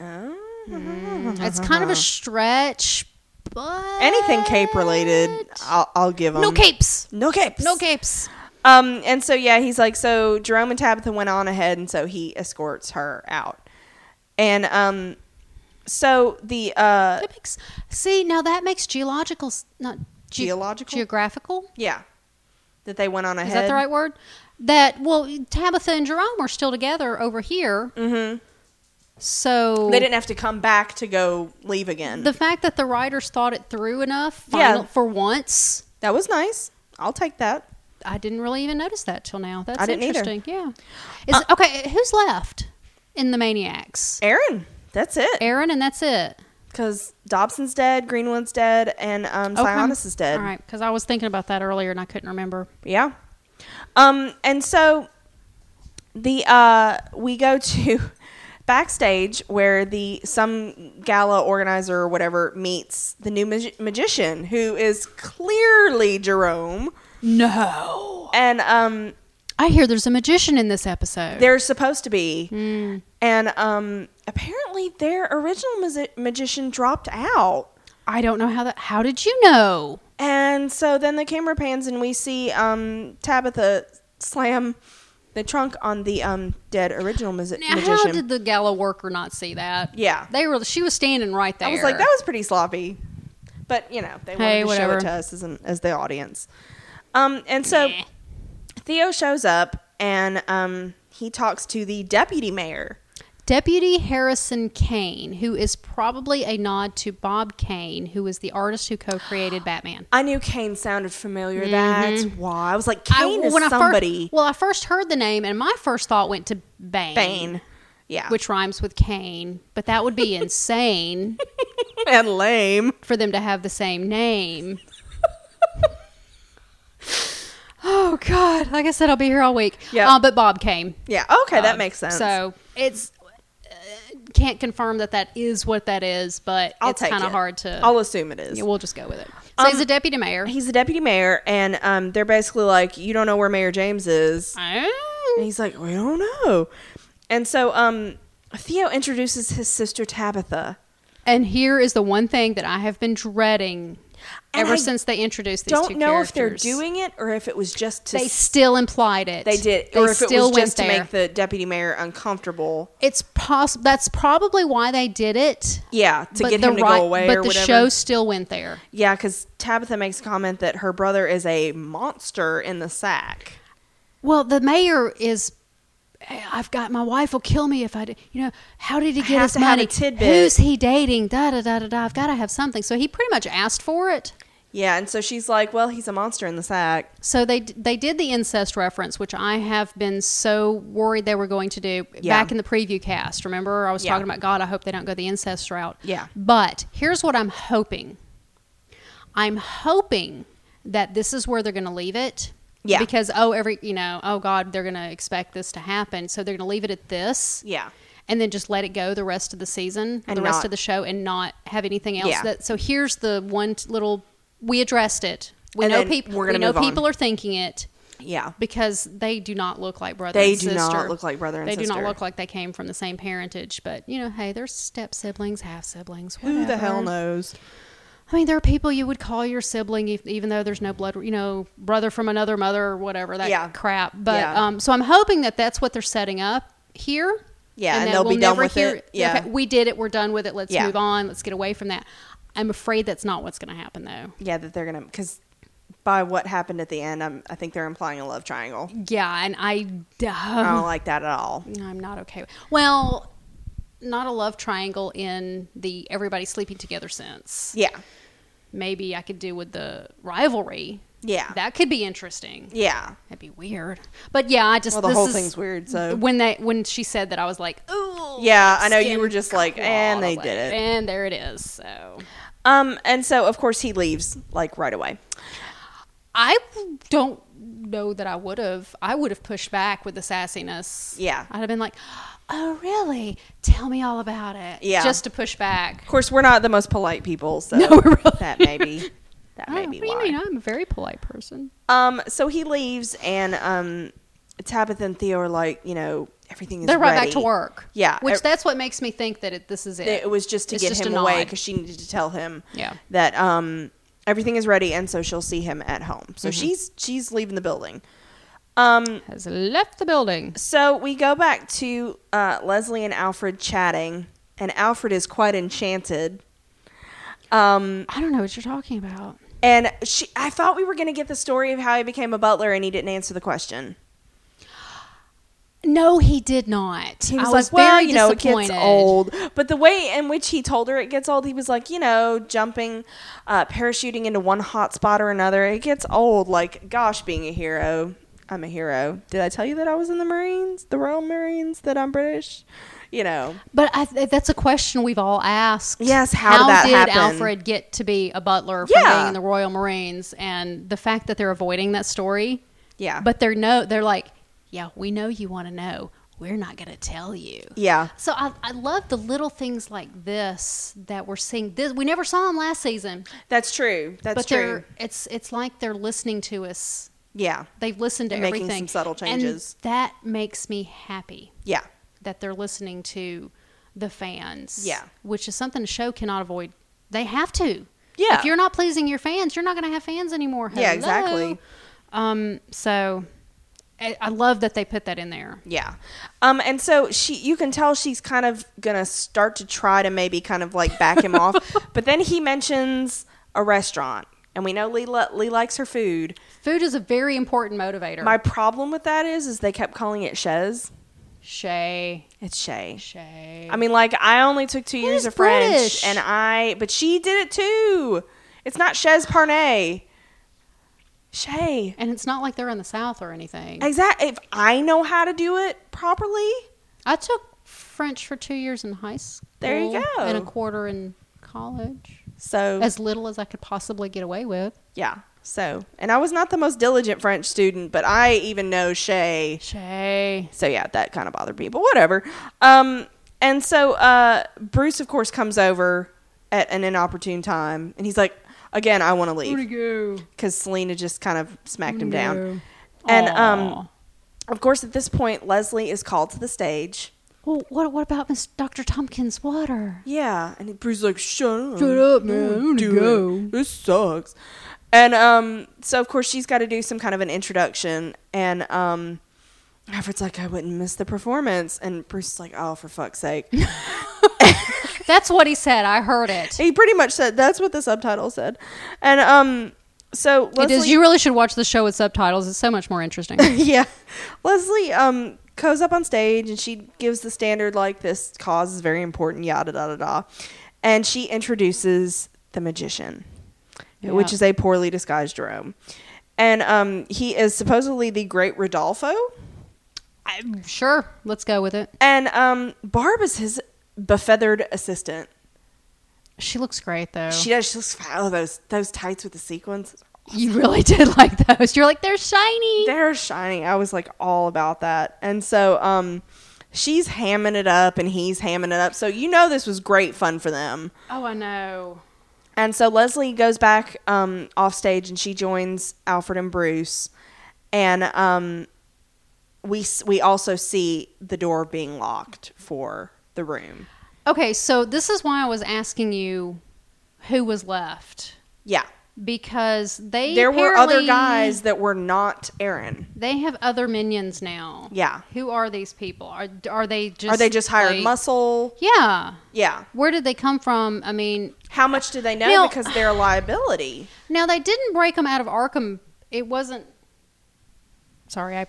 Oh.
It's kind of a stretch, but
Anything cape related, I'll, I'll give them.
No capes.
No capes.
No capes.
Um, and so yeah, he's like, so Jerome and Tabitha went on ahead, and so he escorts her out, and um, so the uh,
That makes see now that makes geological s- not ge-
Geological?
geographical.
yeah, that they went on ahead.
Is that the right word? That well, Tabitha and Jerome are still together over here. Mm-hmm. So
They didn't have to come back to go leave again.
The fact that the writers thought it through enough,
Yeah.
final, for once,
that was nice. I'll take that.
I didn't really even notice that till now. That's
I didn't either. Uh,
interesting. Yeah. Is okay. Who's left in the Maniacs?
Aaron, that's it.
Aaron, and that's it.
Because Dobson's dead, Greenwood's dead, and um,
Oh,
Sionis is dead.
All right, because I was thinking about that earlier and I couldn't remember.
Yeah. Um, and so the uh, we go to backstage where the some gala organizer or whatever meets the new mag- magician who is clearly Jerome,
No.
and um,
I hear there's a magician in this episode.
they're supposed to be, and um, apparently their original magi- magician dropped out.
I don't know how that. How did you know?
And so then the camera pans and we see um, Tabitha slam the trunk on the um, dead original magi-
Now,
magician.
how did the gala worker not see that?
Yeah.
They were. She was standing right there.
I was like, that was pretty sloppy. But you know, they wanted
Hey,
to show
whatever.
it to us as, an, as the audience. Um, and so
Meh.
Theo shows up and um, he talks to the deputy mayor.
Deputy Harrison Kane, who is probably a nod to Bob Kane, who was the artist who co-created Batman.
I knew Kane sounded familiar. That's why I was like, Kane is
Mm-hmm. I
somebody.
first, well, I first heard the name, and my first thought went to Bane,
Bane, yeah,
which rhymes with Kane, but that would be insane
and lame.
for them to have the same name. oh God! Like I said, I'll be here all week.
Yeah.
Uh, but Bob came.
Yeah, okay, that makes sense.
Um, So it's uh, can't confirm that that is what that is, but
I'll
it's
take
kind
it.
of hard to.
I'll Um, assume it is.
Yeah, we'll just go with it. So he's a deputy mayor.
He's the deputy mayor, and um, they're basically like, you don't know where Mayor James is. And
Oh.
he's like, we don't know. And so um, Theo introduces his sister Tabitha.
And here is the one thing that I have been dreading
And
ever
I
since they introduced these
Don't
two
know if they're
characters.
doing it or if it was just to.
They
s-
still implied it.
they did,
They
or if it
still
was
went
just to
there.
make the deputy mayor uncomfortable.
It's possible. That's probably why they did it.
Yeah, to
but
get
the
him to
ri-
go away
But
or
the
whatever.
show still went there.
yeah, because Tabitha makes comment that her brother is a monster in the sack.
Well, the mayor is. "Hey, I've got my wife will kill me if I. Do, you know how did he get
have
his
to have a
money?
tidbit."
Who's he dating? Da da da da da. I've got to have something. So he pretty much asked for it.
Yeah, and so she's like, well, he's a monster in the sack.
So they d- they did the incest reference, which I have been so worried they were going to do
Yeah.
back in the preview cast. Remember, I was
Yeah.
talking about God. I hope they don't go the incest route.
Yeah.
But here's what I'm hoping. I'm hoping that this is where they're going to leave it.
Yeah.
Because oh, every you know, oh God, they're going to expect this to happen, so they're going to leave it at this.
Yeah.
And then just let it go the rest of the season, or
And
the rest
not-
of the show, and not have anything else.
Yeah.
That so here's the one t- little we addressed it. We
And
know
then
people.
we're
we
gonna
know
move on.
people are thinking it
Yeah.
because they do not look like brother.
They
and
do
sister.
not look like brother and
they do
sister.
not look like they came from the same parentage. But you know, hey, they're step siblings, half siblings.
Who the hell knows?
I mean, there are people you would call your sibling, if, even though there's no blood. You know, brother from another mother, or whatever that
Yeah.
crap. But
Yeah.
um, so I'm hoping that that's what they're setting up here.
Yeah, and
that
they'll be done
never
with it. Yeah.
we did it. We're done with it. Let's
Yeah.
move on. Let's get away from that. I'm afraid that's not what's going to happen, though.
Yeah, that they're gonna because by what happened at the end, I'm, I think they're implying a love triangle.
Yeah, and I.
I don't like that at all.
No, I'm not okay. with- Well, not a love triangle in the everybody sleeping together sense.
Yeah,
Maybe I could do with the rivalry.
Yeah.
That could be interesting.
yeah,
That'd be weird. But yeah, I just
Well, the
this
whole
is-
thing's weird, so-
when they when she said that I was like, "Ooh."
yeah. I know you
skin
were just like,
crawled.
and
I
they
was
did
like,
it.
And there it is. So
Um, and so of course he leaves like right away.
I don't know that I would have. I would have pushed back with the sassiness.
Yeah.
I'd have been like, "Oh, really? Tell me all about it."
Yeah.
Just to push back.
Of course, we're not the most polite people, so
No, we're really
that maybe That
Oh,
may
what
be
do you
why.
mean? I'm a very polite person.
Um, so he leaves, and um, Tabitha and Theo are like, you know, everything is.
They're right back
ready.
to work.
Yeah,
Which
it-
that's what makes me think that it, this is it.
It was just to
It's
get
just
him
a
away
nod.
because she needed to tell him
Yeah.
that um, everything is ready, and so she'll see him at home. So
Mm-hmm.
she's she's leaving the building. Um,
Has left the building.
so we go back to uh, Leslie and Alfred chatting, and Alfred is quite enchanted. Um,
I don't know what you're talking about.
and she, I thought we were going to get the story of how he became a butler, and he didn't answer the question.
No, he did not.
He was,
I was
like, well,
very
you know, it
disappointed.
gets old. But the way in which he told her it gets old, he was like, you know, jumping, uh, parachuting into one hot spot or another, it gets old. Like, gosh, being a hero, I'm a hero. Did I tell you that I was in the Marines, the Royal Marines, that I'm British? You know,
But I, th- that's a question we've all asked.
Yes, how did that happen?
Alfred get to be a butler from
Yeah.
being in the Royal Marines? And the fact that they're avoiding that story.
Yeah.
But they're no, they're like, yeah, we know you want to know. We're not going to tell you.
yeah,
So I, I love the little things like this that we're seeing. This we never saw him last season,
that's true. That's
but
true.
they're it's it's like they're listening to us.
Yeah,
They've listened to
They're making
everything.
some subtle
And
changes.
that makes me happy
yeah,
that they're listening to the fans.
Yeah.
Which is something a show cannot avoid. They have to.
Yeah.
If you're not pleasing your fans, you're not going to have fans anymore.
Yeah,
Hello.
exactly.
Um, so I, I love that they put that in there.
yeah. Um, and so she, you can tell she's kind of gonna start to try to maybe kind of like back him off. But then he mentions a restaurant. And we know Lee, lo- Lee likes her food.
Food is a very important motivator.
My problem with that is, is they kept calling it Chez.
Shay.
It's Shay.
Shay.
I mean, like I only took two years
is
of French,
British.
and I, but she did it too. It's not Chez Parnay. Shay.
And it's not like they're in the South or anything. I,
Exactly. If I know how to do it properly,
took French for two years in high school.
There you go.
And a quarter in college.
so
As little as I could possibly get away with.
yeah. So, and I was not the most diligent French student, but I even know Shay.
Shay.
So yeah, that kind of bothered me, but whatever. Um, and so uh, Bruce, of course, comes over at an inopportune time, and he's like, "Again, I want to leave,"
go?
because Selena just kind of smacked him down.
No.
And um,
Aw.
of course, at this point, Leslie is called to the stage.
Well, what, what about Miss Dr. Tompkins' water? Mm.
Yeah, and Bruce's like, "Shut up,
Shut up, man. I
Don't
wanna
do
go."
it. This sucks." And um, so of course she's got to do some kind of an introduction, and um, Alfred's like, "I wouldn't miss the performance," and Bruce's like, "Oh, for fuck's sake."
That's what he said. I heard it.
He pretty much said that's what the subtitle said, and um, so
It
Leslie,
is. You really should watch the show with subtitles. It's so much more interesting.
yeah, Leslie um goes up on stage and she gives the standard like this cause is very important, yada da da da, and she introduces the magician,
Yeah.
which is a poorly disguised Jerome, and um he is supposedly the great Rodolfo,
I'm sure. Let's go with it.
and um Barb is his befeathered assistant.
She looks great, though.
She does. She looks oh those those tights with the sequins.
you really did like those. You're like, they're shiny.
they're shining. I was like all about that. And so um she's hamming it up and he's hamming it up. So you know this was great fun for them.
oh, I know.
And so Leslie goes back um off stage and she joins Alfred and Bruce and um we s- we also see the door being locked for the room.
Okay, so this is why I was asking you who was left
Yeah.
because they
There were other
apparently-
guys that were not Aaron.
They have other minions now.
Yeah.
Who are these people? Are are they just
Are they just hired
like-
muscle?
Yeah.
Yeah.
Where did they come from? I mean,
How much do they know
Now-
because they're a liability?
now they didn't break them out of Arkham. It wasn't. Sorry, I.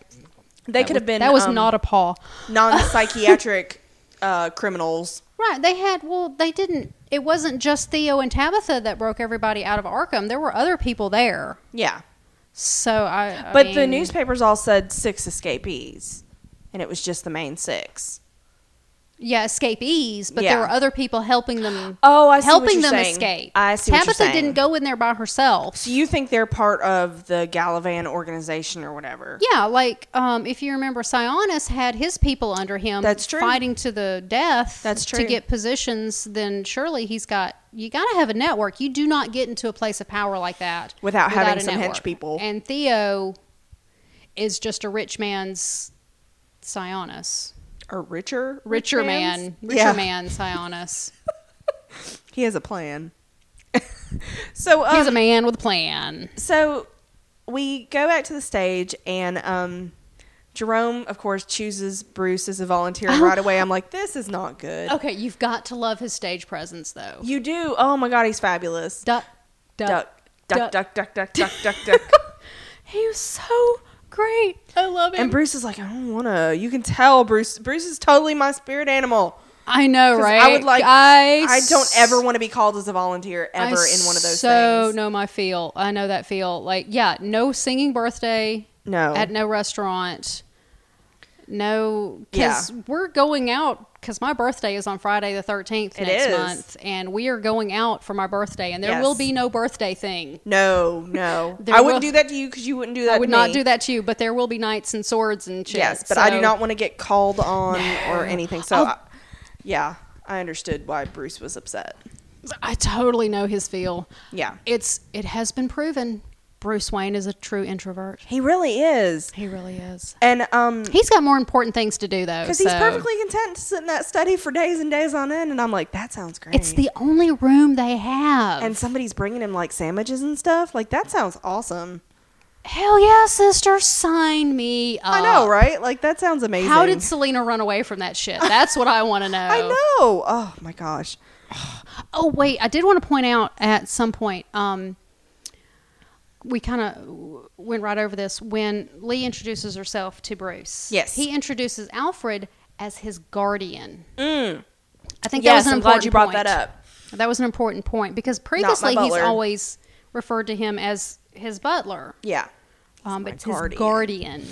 They
that
could
was-
have been
That was
um,
not a paw.
non-psychiatric uh, criminals.
Right. They had. Well, they didn't. It wasn't just Theo and Tabitha that broke everybody out of Arkham. There were other people there.
Yeah,
So I. I
but the
mean,
newspapers all said six escapees, and it was just the main six.
yeah, escapees, but
Yeah.
there were other people helping them.
Oh, I see what
helping
you're
them
saying.
escape.
I see what you're
Tabitha
saying.
didn't go in there by herself.
Do you think they're part of the Galavan organization or whatever?
Yeah, like um, if you remember, Sionis had his people under him.
That's true.
Fighting to the death.
That's
To
true.
get positions, then surely he's got. You got to have a network. You do not get into a place of power like that
Without having
a
some hench
network.
people.
And Theo is just a rich man's Sionis,
Or richer?
richer
rich man's?
man, richer
Yeah.
man Sionis.
He has a plan. so um,
He's a man with a plan.
so we go back to the stage and um Jerome, of course, chooses Bruce as a volunteer right away. I'm like, this is not good.
Okay, you've got to love his stage presence, though.
You do. Oh my god, he's fabulous.
Duck,
Duck,
duck,
duck, duck, duck, duck, duck, duck, duck.
He was so great. I love him.
And Bruce is like, I don't want to. You can tell Bruce. Bruce is totally my spirit animal.
I know,
'Cause
right?
I would like.
I,
I, don't ever want to be called as a volunteer ever in one of those
So
things.
know my feel. I know that feel. Like, yeah, no singing birthday
No.
at no restaurant. No, because
Yeah.
we're going out. Because my birthday is on Friday the thirteenth
It
next
is.
month, and we are going out for my birthday, and there
Yes.
will be no birthday thing.
No, no.
There
I wouldn't
will-
do that to you because you wouldn't do that.
I would
to
not
me.
do that to you, but there will be knights and swords and shit.
Yes, but I do
so-
not want to get called on or anything. So,
I'll-
I, yeah, I understood why Bruce was upset.
I totally know his feel.
Yeah.
it's it has been proven. Bruce Wayne is a true introvert.
He really is,
He really is.
and um,
He's got more important things to do though.
because
so-
he's perfectly content to sit in that study for days and days on end. And I'm like, that sounds great.
It's the only room they have.
and somebody's bringing him like sandwiches and stuff. Like that sounds awesome.
hell yeah, sister, sign me up.
I know, right? Like that sounds amazing.
How did Selena run away from that shit? That's what I want to know.
I know? Oh my gosh.
Oh wait, I did want to point out at some point. Um, we kind of went right over this when Lee introduces herself to Bruce.
Yes.
he introduces Alfred as his guardian. I
Mm. Yes,
think that was an
I'm glad
important
you brought
point.
that up.
That was an important point because previously he's
butler.
always referred to him as his butler,
Yeah.
um,
my
but it's his
guardian.
guardian.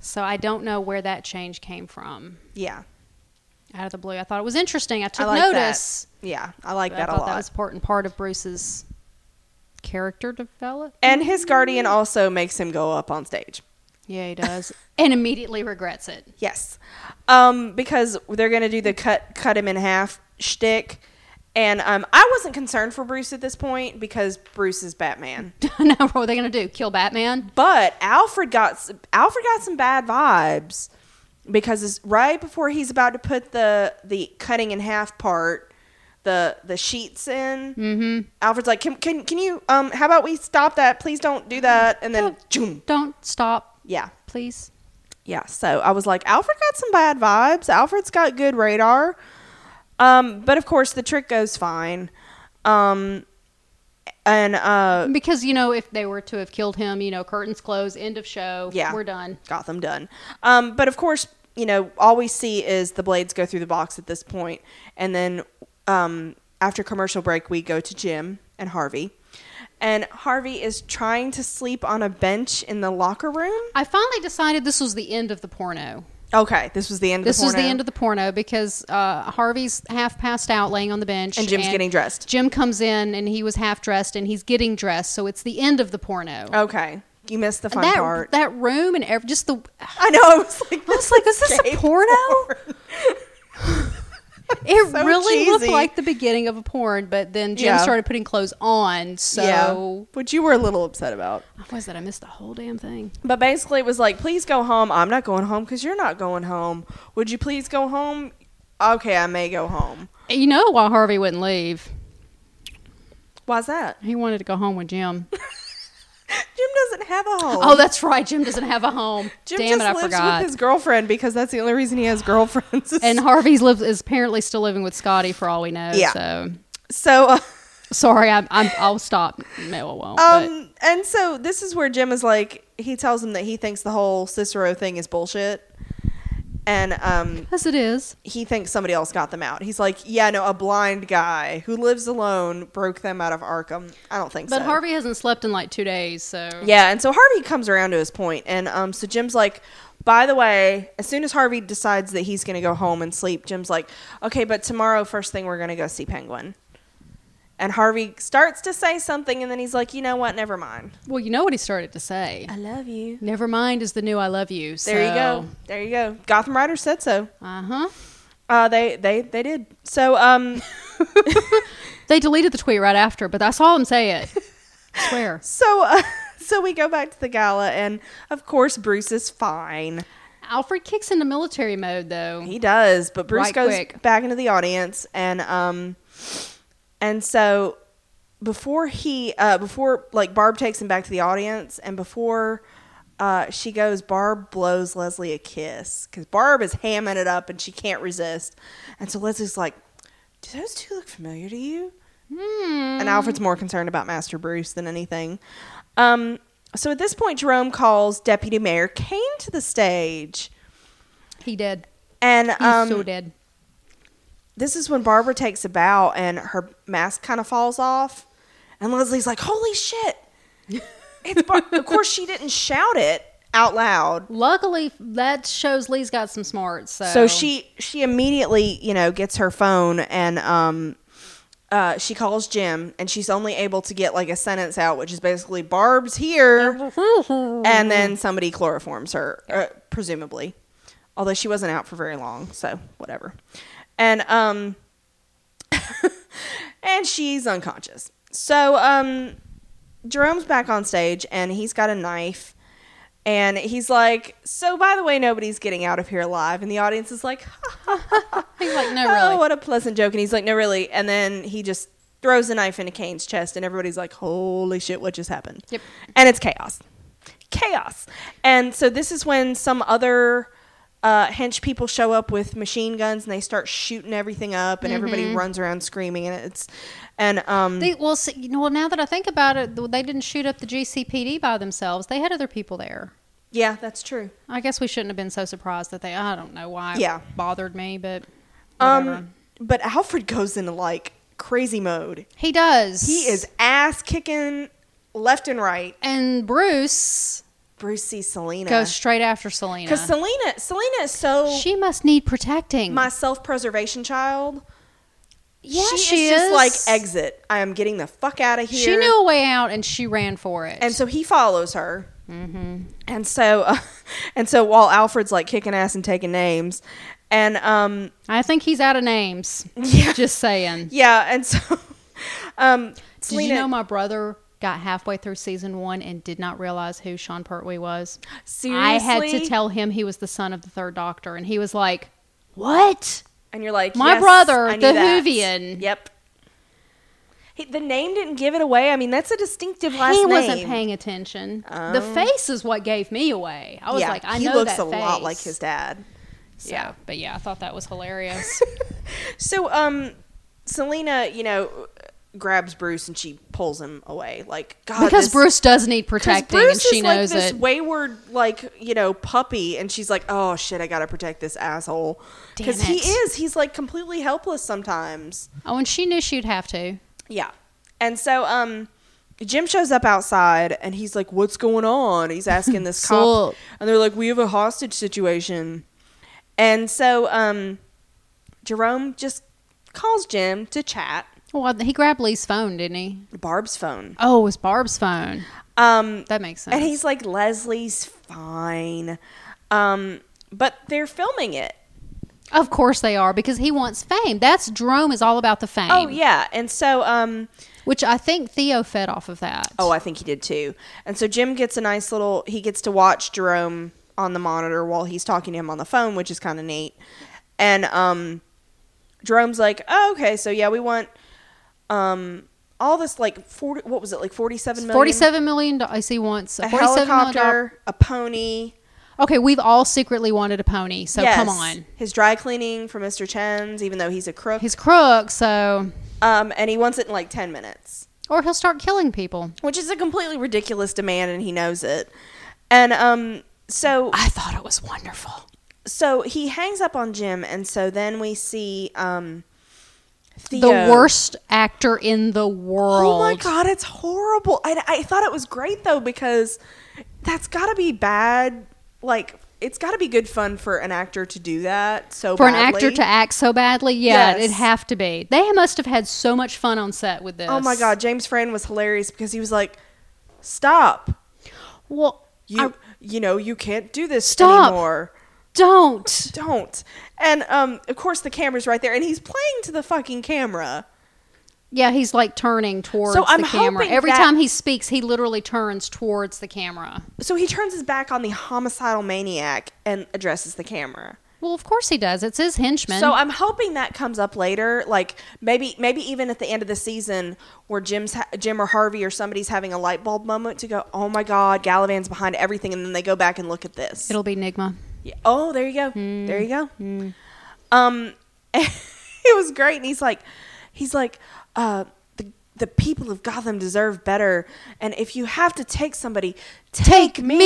So I don't know where that change came from
Yeah.
out of the blue. I thought it was interesting. I
I
took
like
notice.
that. Yeah, I like
But
that
I
a
thought
lot.
that was important part of Bruce's character develop.
and his guardian also makes him go up on stage.
Yeah, he does, and immediately regrets it.
Yes, um, because they're gonna do the cut cut him in half shtick, and um, I wasn't concerned for Bruce at this point because Bruce is Batman.
now what are they gonna do? Kill Batman?
But Alfred got s- Alfred got some bad vibes because it's right before he's about to put the the cutting in half part the the sheets in. Mm-hmm. Alfred's like, can can can you um? How about we stop that? Please don't do that. And then, joom.
Don't stop,
yeah,
please.
yeah. So I was like, Alfred got some bad vibes. Alfred's got good radar. Um, but of course the trick goes fine. Um, and uh,
Because you know, if they were to have killed him, you know, curtains close, end of show.
Yeah.
we're done.
Gotham done. Um, but of course, you know, all we see is the blades go through the box at this point, and then um, after commercial break, we go to Jim and Harvey, and Harvey is trying to sleep on a bench in the locker room.
I finally decided this was the end of the porno.
Okay, this was the end. Of
This
the
was the
porno.
end of the porno because uh, Harvey's half passed out, laying on the bench,
And Jim's getting dressed.
Jim comes in, and he was half dressed, and he's getting dressed. So it's the end of the porno.
Okay, you missed the Oh, fun
that
part.
that room and ev- just the
I know. I was like,
I was like, is this a
gay
porno?
porn.
It
So
really looked
cheesy.
like the beginning of a porn, but then Jim
Yeah.
started putting clothes on. So
yeah, which you were a little upset about.
what was that? I missed the whole damn thing.
But basically, it was like, please go home. I'm not going home because you're not going home. Would you please go home? Okay, I may go home.
And You know why Harvey wouldn't leave?
Why's that?
He wanted to go home with Jim.
Jim doesn't have a home.
Oh, that's right. Jim doesn't have a home.
Jim
damn it,
just
I
lives
forgot.
with his girlfriend because that's the only reason he has girlfriends.
and Harvey's lives is apparently still living with Scotty for all we know.
Yeah.
So
so, uh,
sorry, I'm, I'm I'll stop. No, I won't. but-
um, and so this is where Jim is like, he tells him that he thinks the whole Cicero thing is bullshit. and um,
As it is.
he thinks somebody else got them out. He's like, yeah, no, a blind guy who lives alone broke them out of Arkham. I don't think
But
so.
Harvey hasn't slept in like two days, so
Yeah, and so Harvey comes around to his point, and um, so Jim's like, by the way, as soon as Harvey decides that he's going to go home and sleep, Jim's like, okay, but tomorrow, first thing, we're going to go see Penguin. And Harvey starts to say something, and then he's like, you know what? Never mind.
Well, you know what he started to say.
love you.
Never mind is the new I love you. So.
There you go. There you go. Gotham Riders said so.
Uh huh.
Uh, they they they did. So um,
They deleted the tweet right after, but I saw him say it. I swear.
so uh, so we go back to the gala, and of course Bruce is fine.
Alfred kicks into military mode though.
He does, but Bruce
Right
goes
quick.
back into the audience and um and so before he uh before like Barb takes him back to the audience and before uh she goes Barb blows Leslie a kiss cuz Barb is hamming it up and she can't resist. And so Leslie's like, "Do those two look familiar to you?"
Hmm.
And Alfred's more concerned about Master Bruce than anything. Um so at this point Jerome calls Deputy Mayor Kane to the stage.
He did.
And
He's
um,
so dead.
this is when Barbara takes a bow and her mask kind of falls off, and Leslie's like, "Holy shit!" It's Bar- of course she didn't shout it out loud,
Luckily, that shows Lee's got some smarts. So,
so she she immediately you know gets her phone and um uh she calls Jim and she's only able to get like a sentence out, which is basically Barb's here, and then somebody chloroforms her uh, presumably, although she wasn't out for very long, so whatever, and um. and she's unconscious. So um, Jerome's back on stage and he's got a knife. And he's like, so by the way, nobody's getting out of here alive. And the audience is like,
he's like, no, really.
oh, what a pleasant joke. And he's like, no, really. And then he just throws a knife into Kane's chest, and everybody's like, holy shit, what just happened?
Yep.
And it's chaos. Chaos. And so this is when some other uh, hench people show up with machine guns and they start shooting everything up, and everybody runs around screaming. And it's, and, um,
Mm-hmm. They, well, see, you know, well, now that I think about it, th- they didn't shoot up the GCPD by themselves. They had other people there.
yeah, that's true.
I guess we shouldn't have been so surprised that they. I don't know why. it
Yeah.
bothered me, but whatever.
Um, but Alfred goes into like crazy mode.
he does.
He is ass kicking left and right.
and Bruce
Bruce sees Selena.
goes straight after Selena.
Because Selena, Selena is so
she must need protecting.
my self-preservation child.
yeah, she,
is, just like exit. I am getting the fuck out of here.
She knew a way out, and she ran for it.
and so he follows her.
Mm-hmm.
And so, uh, and so while Alfred's like kicking ass and taking names, and um,
I think he's out of names.
Yeah.
Just saying.
yeah, and so, um,
Did
Selena,
you know my brother got halfway through season one and did not realize who Sean Pertwee was? I had to
Seriously?
tell him he was the son of the third doctor, and he was like, What?
and you're like
my
"Yes,
brother,
I knew
the
that."
Hoovian.
Yep. He, the name didn't give it away. I mean, that's a distinctive last
he
name. Oh.
wasn't paying attention. The face is what gave me away. I was
yeah,
like, I
he
know
looks
that
a lot
face.
like his dad.
So,
yeah.
but yeah, I thought that was hilarious.
So, um, Selena, you know, grabs Bruce and she pulls him away. Like, God,
because
Oh, this-
Bruce does need
'cause
protecting,
Bruce
and she
is
knows
like
it.
this wayward, like you know, puppy, and she's like, "Oh shit, I gotta protect this asshole," because
Damn
he
it.
is. He's like completely helpless sometimes.
oh, and she knew she'd have to.
Yeah. And so um Jim shows up outside and he's like, What's going on? He's asking this cop.
Sup?
And they're like, We have a hostage situation. And so um Jerome just calls Jim to chat
Well, he grabbed Lee's phone, didn't he?
Barb's phone.
Oh, it was Barb's phone.
Um
That makes sense.
and he's like, Leslie's fine. Um but they're filming it.
of course they are because he wants fame. That's Drome is all about the fame.
Oh yeah. And so um
Which I think Theo fed off of that.
Oh, I think he did too. And so Jim gets a nice little. He gets to watch Jerome on the monitor while he's talking to him on the phone, which is kind of neat. And um, Jerome's like, oh, "Okay, so yeah, we want um all this like forty. What was it like forty seven million?
Forty-seven million dollars. He wants
A
a forty-seven million dollar.
helicopter, a pony.
Okay, we've all secretly wanted a pony, so come
Yes.
on.
His dry cleaning for Mister Chen's, even though he's a crook.
He's crook, so
um, and he wants it in like ten minutes.
or he'll start killing people.
which is a completely ridiculous demand and he knows it and um so
I thought it was wonderful.
so he hangs up on Jim, and so then we see um,
The worst actor in the world.
Oh my god, it's horrible. I, I thought it was great though because that's got to be bad. Like it's got to be good fun for an actor to do that. So
For an
badly.
actor to act so badly, yeah,
Yes.
it'd have to be. They must have had so much fun on set with this.
Oh my god, James Fran was hilarious because he was like, "Stop,
Well,
you,
I-
you know, you can't do this
Stop.
anymore.
don't.
Don't." And um, of course, the camera's right there, and he's playing to the fucking camera.
Yeah, he's like turning towards
I'm
the camera.
hoping
Every
that-
time he speaks, he literally turns towards the camera.
So he turns his back on the homicidal maniac and addresses the camera.
Well, of course he does. It's his henchman.
So I'm hoping that comes up later, like maybe maybe even at the end of the season, where Jim's ha- Jim or Harvey or somebody's having a light bulb moment to go, "Oh my God, Gallivan's behind everything," and then they go back and look at this.
It'll be Nigma.
Yeah. Oh, there you go. There you go. Um, it was great. And he's like, he's like, uh, the the people of Gotham deserve better. And if you have to take somebody, take,
Take
me.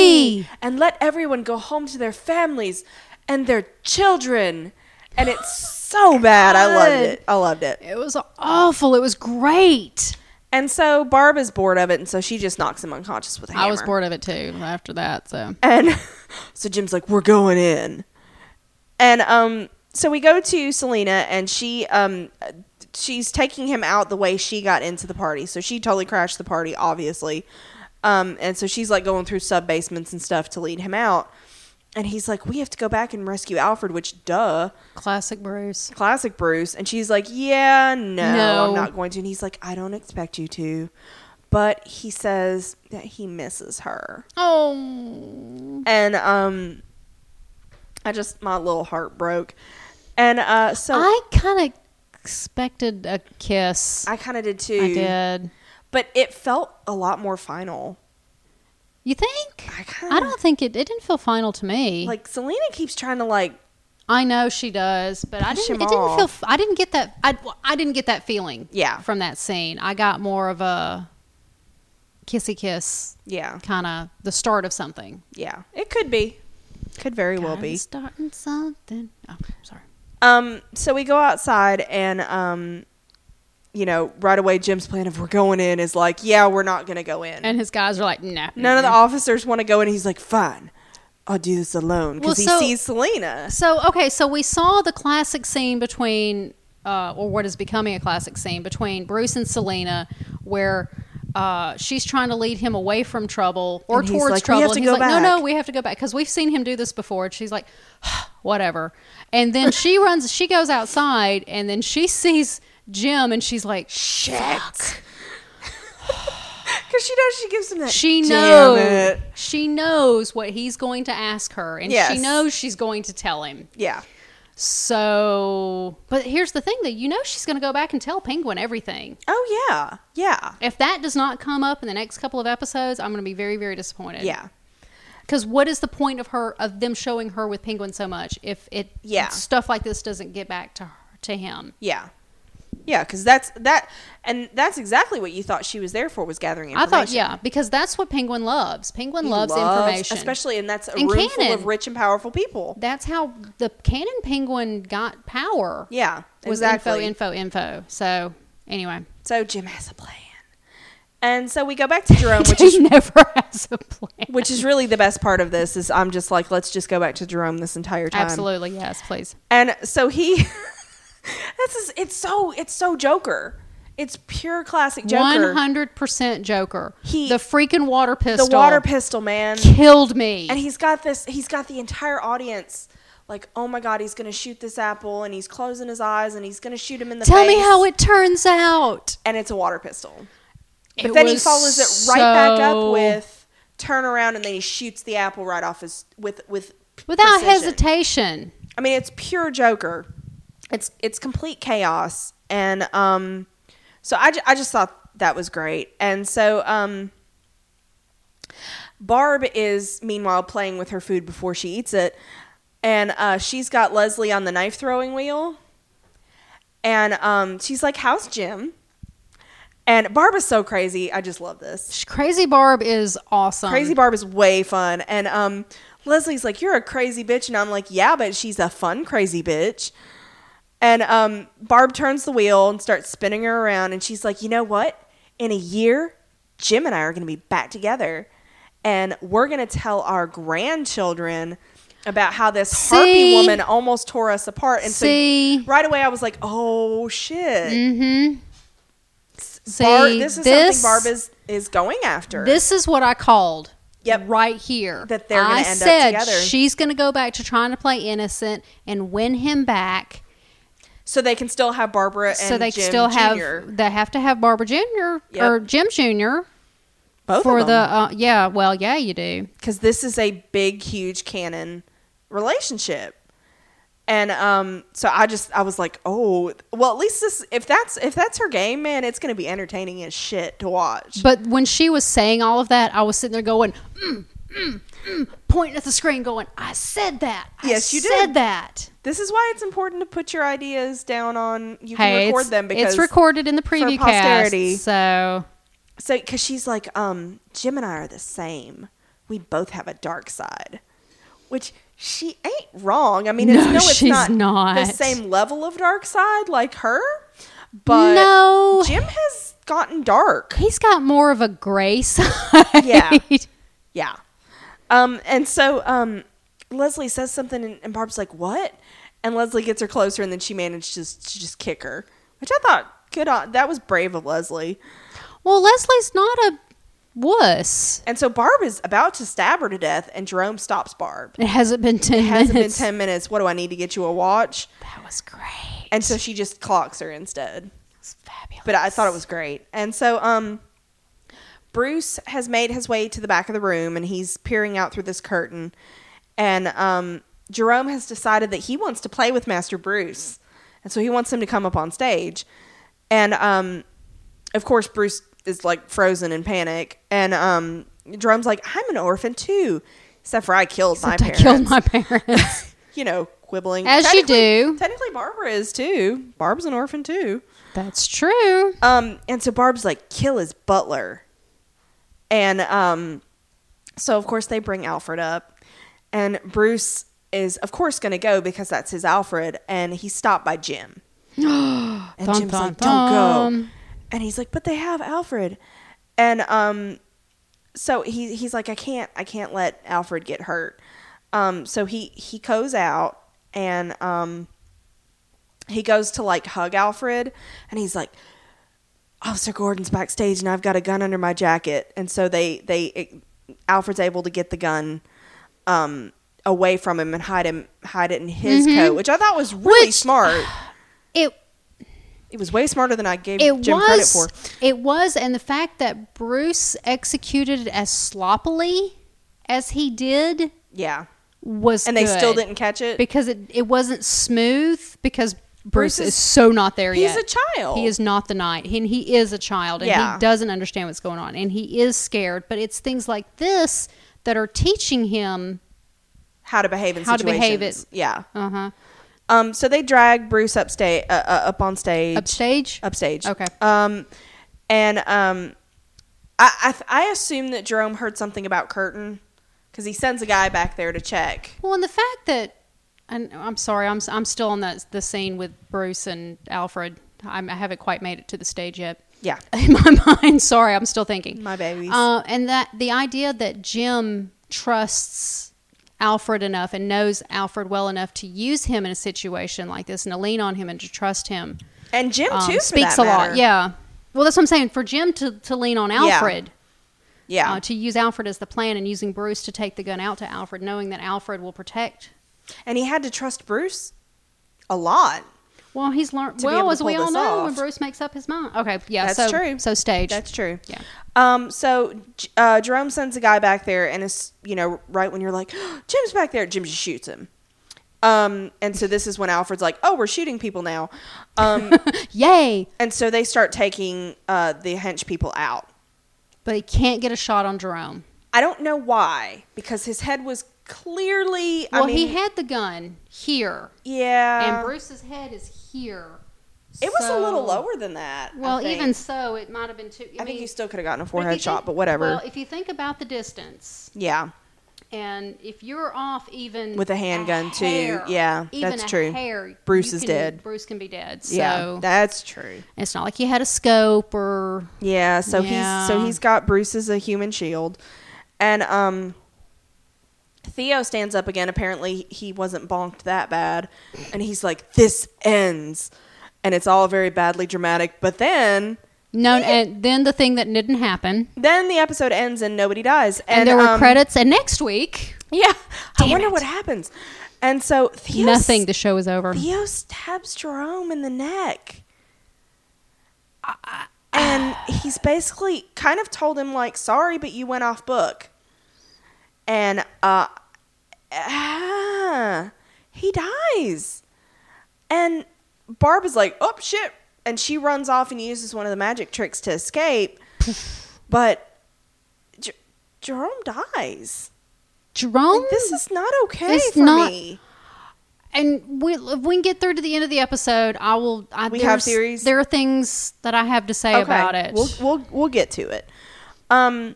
me.
and let everyone go home to their families and their children. And it's so bad. I loved it. I loved it.
It was awful. It was great.
And so Barb is bored of it, and so she just knocks him unconscious with a hammer.
I was bored of it too after that. So
And so Jim's like, "We're going in." And um so we go to Selena and she um she's taking him out the way she got into the party. So she totally crashed the party obviously. Um and so she's like going through sub basements and stuff to lead him out. And he's like, "We have to go back and rescue Alfred," which duh,
classic Bruce.
classic Bruce. And she's like, "Yeah, no,
No.
I'm not going to." And he's like, "I don't expect you to." But he says that he misses her
Oh,
and um i just my little heart broke and uh so i,
I kind of expected a kiss. I,
kind of did too
did.
but it felt a lot more final
You think?
I
I,
kinda-
don't think it. It didn't feel final to me.
like selena keeps trying to like
I know she does, but I
Push
didn't.
him
It didn't feel.
off.
I didn't get that. I I didn't get that feeling.
Yeah.
From that scene, I got more of a kissy kiss
yeah
kind of the start of something.
yeah it could be could very well
Kinda
be
starting something. Oh, sorry.
um so we go outside and um you know right away jim's plan of we're going in is like yeah we're not gonna go in
And his guys are like, nah.
none of the officers want to go in he's like fine i'll do this alone
Well,
because
so-
he sees selena
So okay, so we saw the classic scene between, uh, or what is becoming a classic scene between Bruce and Selena, where uh, she's trying to lead him away from trouble or
And he's
towards
like, "We
trouble,
have to
and he's
go
like, "No,
back."
no, we have to go back," because we've seen him do this before. And she's like, "Whatever," and then she runs, she goes outside, and then she sees Jim, and she's like,
Shit. Because she knows she gives him that.
She
"Damn
knows.
it."
She knows what he's going to ask her, and
Yes.
she knows she's going to tell him.
Yeah.
So, but here's the thing that you know she's going to go back and tell Penguin everything.
Oh yeah. Yeah.
If that does not come up in the next couple of episodes, I'm going to be very, very disappointed.
Yeah.
Because what is the point of her of them showing her with Penguin so much if it
Yeah.
stuff like this doesn't get back to her, to him?
Yeah. Yeah. Because that's that, and that's exactly what you thought she was there for was gathering
I
information.
thought yeah, because that's what Penguin loves. Penguin
He
loves, information,
especially, and that's a
And
room full
canon.
of rich and powerful people.
That's how the Canon Penguin got power.
Yeah.
was
exactly.
info, info, info. So anyway,
so Jim has a plan, and so we go back to Jerome, which
he
is
never has a plan.
which is really the best part of this. Is I'm just like, let's just go back to Jerome this entire time.
Absolutely yes, please.
And so he this is it's so it's so Joker. It's pure classic Joker.
One hundred percent Joker.
He-
the freaking water pistol.
the water pistol man.
killed me.
And he's got this he's got the entire audience like, "Oh my god, he's going to shoot this apple and he's closing his eyes and he's going to shoot him in the
Tell me
face."
how it turns out.
and it's a water pistol. But
It
then he
was
follows it right back up
so-
with turn around and then he shoots the apple right off his with with
without
precision.
hesitation.
I mean, it's pure Joker. It's it's complete chaos, and um, so I, ju- I just thought that was great, and so um, Barb is meanwhile playing with her food before she eats it, and uh, she's got Leslie on the knife throwing wheel, and um, she's like, "How's Jim?" And Barb is so crazy. I just love this.
Crazy Barb is awesome.
Crazy Barb is way fun. And um, Leslie's like, "You're a crazy bitch," and I'm like, "Yeah, but she's a fun crazy bitch." And um, Barb turns the wheel and starts spinning her around, and she's like, "You know what? In a year, Jim and I are going to be back together, and we're going to tell our grandchildren." About how this harpy
See?
woman almost tore us apart, and
See?
so right away I was like, "Oh shit!"
Mm-hmm. See,
Barb, this is
this,
something Barb is, is going after.
this is what I called.
Yep.
Right here.
That they're gonna
I
end up
said
together.
she's going to go back to trying to play innocent and win him back.
so they can still have Barbara and
so they
Jim
still have
Jr..
they have to have Barbara Junior
Yep.
or Jim Junior
both
for
of
the
them
uh, yeah well yeah you do
because this is a big, huge canon relationship. And um, so I just I was like, oh, well, at least this if that's if that's her game, man, it's gonna be entertaining as shit to watch.
but when she was saying all of that I was sitting there going mm, mm, mm, pointing at the screen going I said that I
Yes, you
said
did.
that
This is why it's important to put your ideas down on you can
hey
record
it's,
them because
it's recorded in the preview cast
posterity.
so
So, because she's like, um, Jim and I are the same. We both have a dark side, which she ain't wrong. I mean, it's,
No,
no, it's
she's
not, the
not.
same level of dark side like her, but
no
Jim has gotten dark.
he's got more of a gray side
Yeah. Yeah. Um, and so um, Leslie says something, and, and Barb's like, "What?" And Leslie gets her closer, and then she manages to just kick her, which I thought good. On, that was brave of Leslie.
well Leslie's not a wuss
And so Barb is about to stab her to death, and Jerome stops Barb.
it hasn't been ten
hasn't been
minutes
10 minutes. What do I need to get you a watch?
that was great
And so she just clocks her instead.
It's fabulous.
But I thought it was great. And so um Bruce has made his way to the back of the room and he's peering out through this curtain and um Jerome has decided that he wants to play with Master Bruce. And so he wants him to come up on stage. And um of course Bruce is like frozen in panic and um Jerome's like I'm an orphan too. Except for I killed my
I
parents
killed my parents.
you know, quibbling.
As you
Technically-
do.
Technically, Barbara is too. Barb's an orphan too.
That's true.
Um, and so Barb's like, kill his butler. And um, so, of course, they bring Alfred up. And Bruce is, of course, going to go because that's his Alfred. And he's stopped by Jim. And
Dun,
Jim's
dun,
like, don't go.
dun.
And he's like, but they have Alfred. And um, so he, he's like, I can't, I can't let Alfred get hurt. Um, so he, he goes out and um, he goes to like hug Alfred. And he's like, Officer Gordon's backstage and I've got a gun under my jacket. And so they, they, it, Alfred's able to get the gun, um, away from him and hide him, hide it in his coat, which I thought was really
Mm-hmm. Which-
smart.
It
It was way smarter than I gave
it
Jim credit
was
for.
it was, and the fact that Bruce executed it as sloppily as he did
Yeah.
was
And they still
good.
didn't catch it.
because it it wasn't smooth because. Bruce,
Bruce
is,
is-
so not there
he's
yet.
a child.
He is not the knight. He, and he is a child and
Yeah.
he doesn't understand what's going on. And he is scared. But it's things like this that are teaching him.
How to behave in
How to
situations.
behave
Yeah.
Uh huh.
Um, so they drag Bruce upsta- uh, uh, up on stage.
Upstage?
Upstage.
Okay.
Um, and um, I, I, th- I assume that Jerome heard something about Curtin because he sends a guy back there to check.
Well, and the fact that, and I'm sorry, I'm I'm still on that the scene with Bruce and Alfred. I'm, I haven't quite made it to the stage yet.
Yeah.
In my mind, sorry, I'm still thinking.
My babies.
Uh, and that the idea that Jim trusts Alfred enough and knows Alfred well enough to use him in a situation like this and to lean on him and to trust him
And Jim,
um,
too, for
speaks
that
a lot.
matter.
Yeah. Well, that's what I'm saying. For Jim to, to lean on Alfred
Yeah.
uh, to use Alfred as the plan and using Bruce to take the gun out to Alfred, knowing that Alfred will protect.
and he had to trust Bruce a lot.
Well, he's learned.
to be able
Well,
to
as we
pull
all
this
know, when
off.
Bruce makes up his mind. Okay, yeah,
That's
so,
true.
So stage.
That's true.
Yeah.
Um. So J- uh, Jerome sends a guy back there, and it's you know right when you're like, Jim's back there, Jim just shoots him. Um. And so this is when Alfred's like, Oh, we're shooting people now. Um.
Yay!
and so they start taking uh the hench people out.
But he can't get a shot on Jerome.
I don't know why because his head was clearly.
Well,
I mean,
he had the gun here,
yeah.
and Bruce's head is here.
it was a little
So-
lower than that. I
Well,
think.
even so, it might have been too. I,
I
mean,
think he still could have gotten a
but if you
forehead shot,
think-
but whatever.
Well, if you think about the distance,
yeah.
And if you're off even
With a handgun, too. Yeah,
even
that's
a
true.
hair,
Bruce
you
is
can-
dead.
Bruce can be dead. So
yeah, that's true.
it's not like he had a scope or
Yeah, so he's so
Yeah.
he's got Bruce as a human shield, and um, Theo stands up again. Apparently, he wasn't bonked that bad, and he's like, "This ends," and it's all very badly dramatic. But then,
no. And then the thing that didn't happen,
then the episode ends and nobody dies,
and, there were
um,
credits. And next week,
Yeah, I
Damn
wonder
it.
what happens. And so Theo
nothing. The show is over.
Theo stabs Jerome in the neck. And he's basically kind of told him, like, sorry, but you went off book. And uh, ah, he dies. And Barb is like, oh, shit. And she runs off and uses one of the magic tricks to escape. but J- Jerome dies.
Jerome.
This is not okay
It's
for
not-
me.
and we, if we can get through to the end of the episode, I will. I,
We have
there's-
theories?
There are things that I have to say about it.
We'll we'll we'll get to it. Um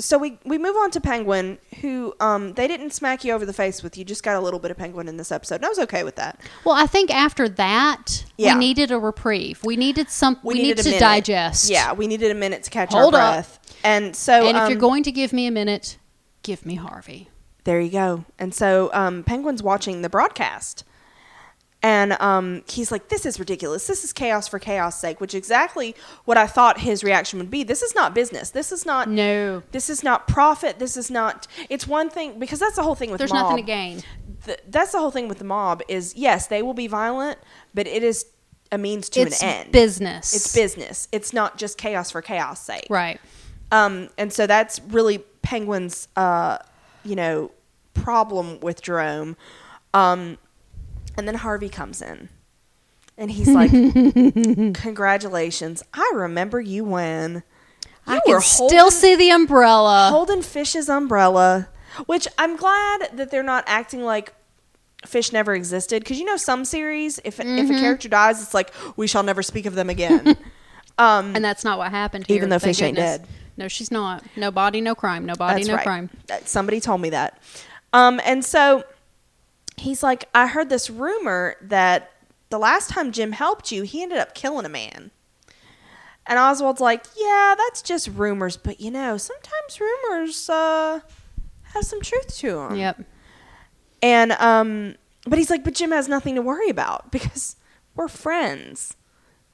so we we move on to Penguin, who um they didn't smack you over the face with. You just got a little bit of Penguin in this episode, and I was okay with that.
Well, I think after that,
Yeah.
we needed a reprieve. We needed some. We,
needed
needed
a
to
minute.
digest.
Yeah, we needed a minute to catch
Hold
our
up.
breath. And so,
And if
um,
you're going to give me a minute, give me Harvey.
there you go. And so, um, Penguin's watching the broadcast, and um, he's like, "This is ridiculous. This is chaos for chaos' sake," which exactly what I thought his reaction would be. This is not business. This is not
No.
This is not profit. This is not. It's one thing because that's the whole thing with
There's
mob.
nothing to gain.
Th- that's the whole thing with the mob is yes, they will be violent, but it is a means to
it's
an end.
business.
It's business. It's not just chaos for chaos' sake.
Right.
Um, and so that's really Penguin's, uh, you know, problem with Jerome. Um, and then Harvey comes in, and he's like, "Congratulations! I remember you when
I
you
can still see the umbrella.
holding Fish's umbrella, which I'm glad that they're not acting like Fish never existed. Because you know, some series, if
Mm-hmm.
if a character dies, it's like we shall never speak of them again. um,
and that's not what happened here.
Even though
thank
Fish ain't
goodness.
dead.
No, she's not. No body, no crime. No body,
that's
no
right.
crime.
That- Somebody told me that. Um, and so he's like, I heard this rumor that the last time Jim helped you, he ended up killing a man. And Oswald's like, yeah, that's just rumors, but you know, sometimes rumors uh, have some truth to them.
Yep.
And um, but he's like, but Jim has nothing to worry about because we're friends.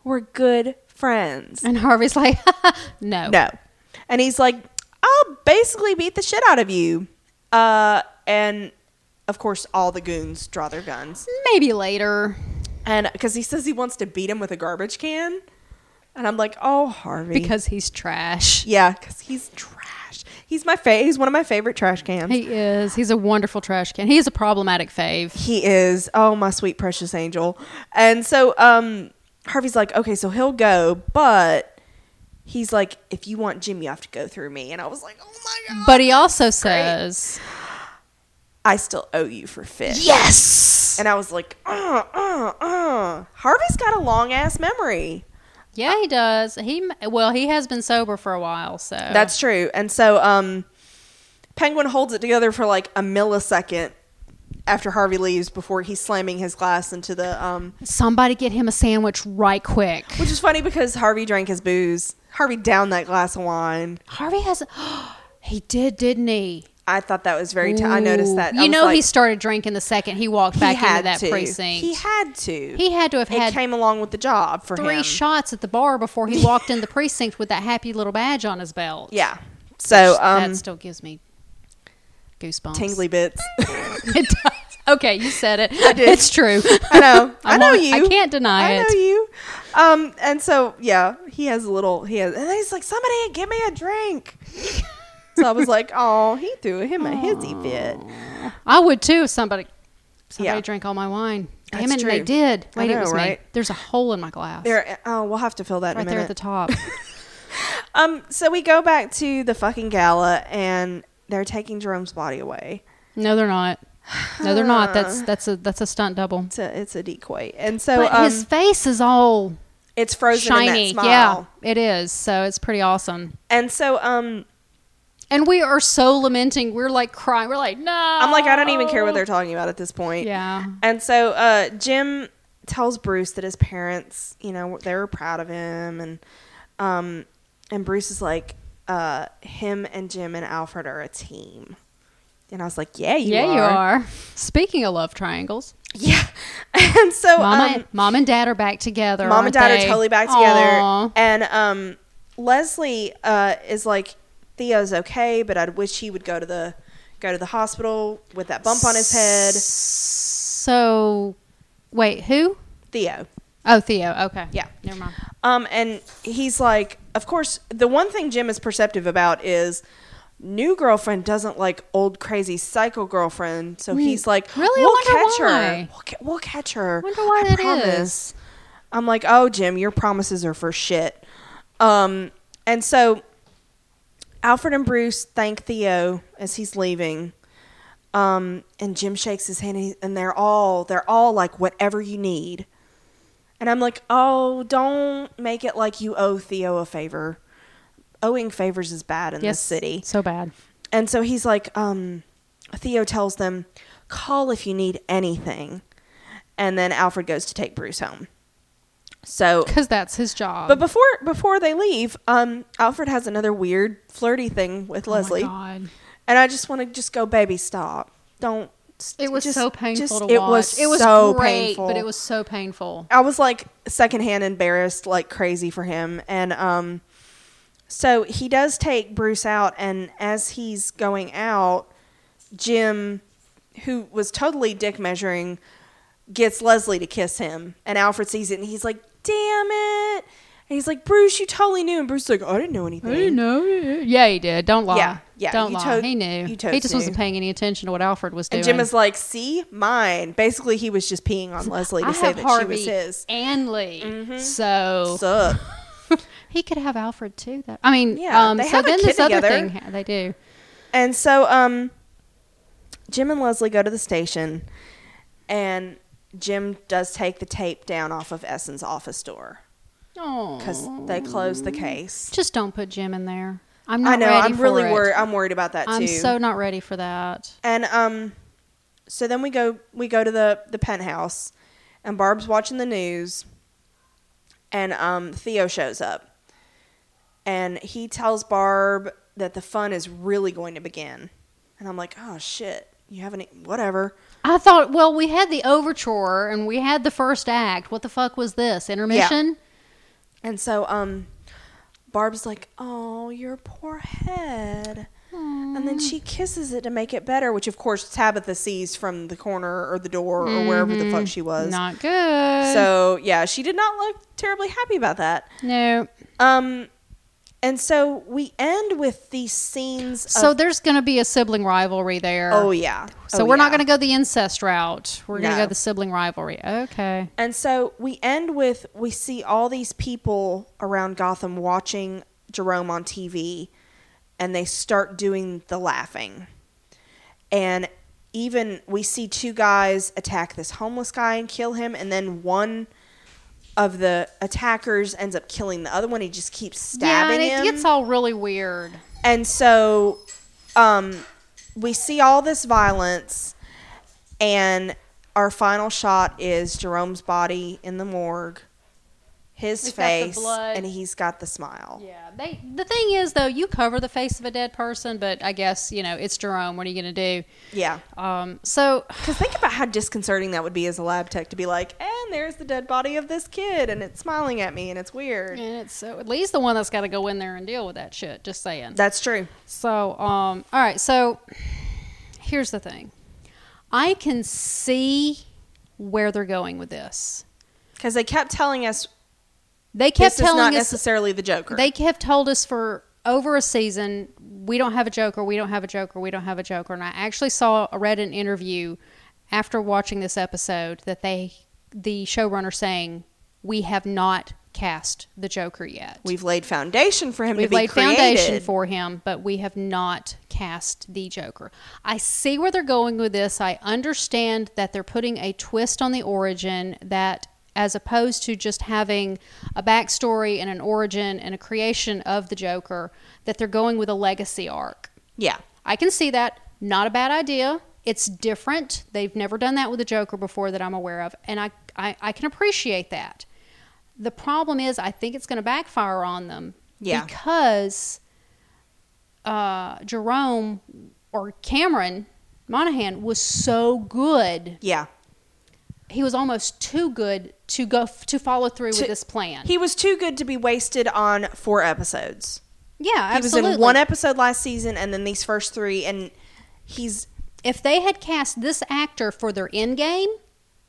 We're good friends.
And Harvey's like, no.
No. And he's like, I'll basically beat the shit out of you. Uh, and of course, all the goons draw their guns.
Maybe later.
And because he says he wants to beat him with a garbage can. And I'm like, oh, Harvey.
Because he's trash.
yeah, because he's trash. He's my fa- He's one of my favorite trash cans.
He is. He's a wonderful trash can. He is a problematic fave.
He is. Oh, my sweet precious angel. And so um Harvey's like, okay, so he'll go, but he's like, if you want Jim, you have to go through me. And I was like, oh my god.
But he also says,
I still owe you for fish.
yes.
And I was like, uh, uh, uh. Harvey's got a long ass memory.
Yeah, he does. He well, he has been sober for a while, so
That's true. And so um Penguin holds it together for like a millisecond after Harvey leaves before he's slamming his glass into the um
somebody get him a sandwich right quick.
Which is funny because Harvey drank his booze. Harvey downed that glass of wine.
Harvey has. he did, didn't he?
I thought that was very. T- I noticed
Ooh.
that. I
You
was
know,
like,
he started drinking the second he walked
he
back
had
into that
to.
precinct.
He
He,
had to.
had to have
it
had
came along with the job for
three
him.
shots at the bar before he walked in the precinct with that happy little badge on his belt.
Yeah. So
Which-
um,
that still gives me goosebumps.
tingly bits.
It does. Okay, you said it. It's true.
I know. I
I'm
know
on-
you.
I can't
I
deny it.
know you. Um, and so yeah, he has a little. He has, and he's like, "Somebody give me a drink." so I was like, "Oh, he threw him a hissy fit."
I would too. if Somebody, somebody
Yeah.
drank all my wine. Damn
That's
it, and they
true.
did.
I
Wait,
know,
it was
right?
me. There's a hole in my glass.
There. Oh, we'll have to fill that
right
in a
there
minute.
at the top.
Um, so we go back to the fucking gala and they're taking Jerome's body away.
no, they're not. No, they're not. That's that's a that's a stunt double.
It's a it's a decoy. And Uh. so
But
um,
his face is all
it's frozen in
shiny.
that smile.
Yeah, it is. So it's pretty awesome.
And so um
And we are so lamenting. We're like crying. We're like, no.
I'm like, I don't even care what they're talking about at this point.
Oh. Yeah.
And so uh, Jim tells Bruce that his parents, you know, they were proud of him, and um, and Bruce is like, uh, him and Jim and Alfred are a team. And I was like, yeah, you
yeah,
are.
you are. Speaking of love triangles,
Yeah. And so
mom,
um,
and, mom and dad are back together.
mom and
aren't
dad
they?
are totally back together
Aw.
and um leslie uh is like theo's okay but i wish he would go to the go to the hospital with that bump on his head
So, wait, who?
theo
Oh, Theo. Okay.
Yeah.
Never mind.
um and he's like of course the one thing jim is perceptive about is new girlfriend doesn't like old crazy psycho girlfriend so he's like
Really? I
we'll
wonder
catch her
why.
we'll, ca- we'll catch her
Wonder why
I
that
promise." i'm like oh jim your promises are for shit um and so alfred and bruce thank theo as he's leaving um and jim shakes his hand and, he, and they're all they're all like whatever you need and i'm like oh don't make it like you owe theo a favor owing favors is bad in this city
So bad.
and so he's like, um, Theo tells them, call if you need anything. And then Alfred goes to take Bruce home. So,
Because that's his job.
but before before they leave, um, Alfred has another weird flirty thing with
Oh my
Leslie,
God.
and I just want to just go, baby, stop, don't.
It was
just-
so painful
just-
to watch.
It was
it was
so
great,
painful,
but it was so painful.
I was like secondhand embarrassed, like crazy for him. And um, so he does take Bruce out, and as he's going out, Jim, who was totally dick measuring, gets Leslie to kiss him, and Alfred sees it, and he's like, "Damn it!" And he's like, "Bruce, you totally knew." And Bruce's like, "I didn't know anything."
Oh, know. Yeah, he did. Don't lie.
Yeah, yeah,
Don't
you
lie.
totes-
he knew.
you
He
totes
just wasn't
knew.
paying any attention to what Alfred was doing.
And Jim is like, "See, mine." Basically, he was just peeing on Leslie to
I
say
have
that
Harvey
she was his. Mm-hmm.
and Lee, so
Sup?
he could have Alfred too. Though I mean,
Yeah,
um,
they
so
have a
then
kid
this other
together.
thing ha- they do.
And so, um, Jim and Leslie go to the station, and Jim does take the tape down off of Essen's office door because
Oh,
they closed the case.
just don't put Jim in there. I'm not.
I know.
Ready
I'm
for
really
it.
worried. I'm worried about that too.
I'm so not ready for that.
and um, so then we go we go to the the penthouse, and Barb's watching the news, and um, Theo shows up, and he tells Barb that the fun is really going to begin, and I'm like, oh shit, you haven't e- whatever.
I thought, well, we had the overture and we had the first act. What the fuck was this intermission?
And so um Barb's like, "Oh, your poor head." And then she kisses it to make it better, which of course Tabitha sees from the corner or the door or wherever the fuck she was.
Not good.
So, yeah, she did not look terribly happy about that.
no.
Um and so we end with these scenes
So
of
there's going to be a sibling rivalry there.
Oh yeah.
So
Oh,
we're not
yeah.
going to go the incest route. We're going to
No.
go the sibling rivalry. Okay.
And so we end with we see all these people around Gotham watching Jerome on TV and they start doing the laughing. And even we see two guys attack this homeless guy and kill him and then one of the attackers ends up killing the other one. He just keeps stabbing
yeah, and it
him.
gets all really weird.
And so um, we see all this violence, and our final shot is Jerome's body in the morgue, his
He's got the
face,
blood.
and he's got the smile.
Yeah. They the thing is though, you cover the face of a dead person, but I guess, you know, it's Jerome. What are you going to do?
Yeah.
Um so
Because think about how disconcerting that would be as a lab tech to be like, and there's the dead body of this kid, and it's smiling at me, and it's weird.
and it's so at least the one that's got to go in there and deal with that shit, just saying.
That's true.
So, um, all right. So, here's the thing. I can see where they're going with this.
Because they kept telling us
They kept
this is not
telling us.
necessarily the Joker.
They kept told us for over a season, we don't have a Joker. We don't have a Joker. We don't have a Joker. And I actually saw, read an interview after watching this episode that they, the showrunner, saying we have not cast the Joker yet.
We've laid foundation for him to
We've
be
laid
created.
foundation for him, but we have not cast the Joker. I see where they're going with this. I understand that they're putting a twist on the origin that as opposed to just having a backstory and an origin and a creation of the Joker, that they're going with a legacy arc.
Yeah.
I can see that. Not a bad idea. It's different. They've never done that with the Joker before that I'm aware of, and I I, I can appreciate that. The problem is, I think it's going to backfire on them.
Yeah.
Because uh, Jerome or Cameron Monahan was so good.
Yeah.
He was almost too good to go f- to follow through
To-
with this plan.
He was too good to be wasted on four episodes.
yeah,
He
absolutely.
was in one episode last season and then these first three and he's
if they had cast this actor for their end game,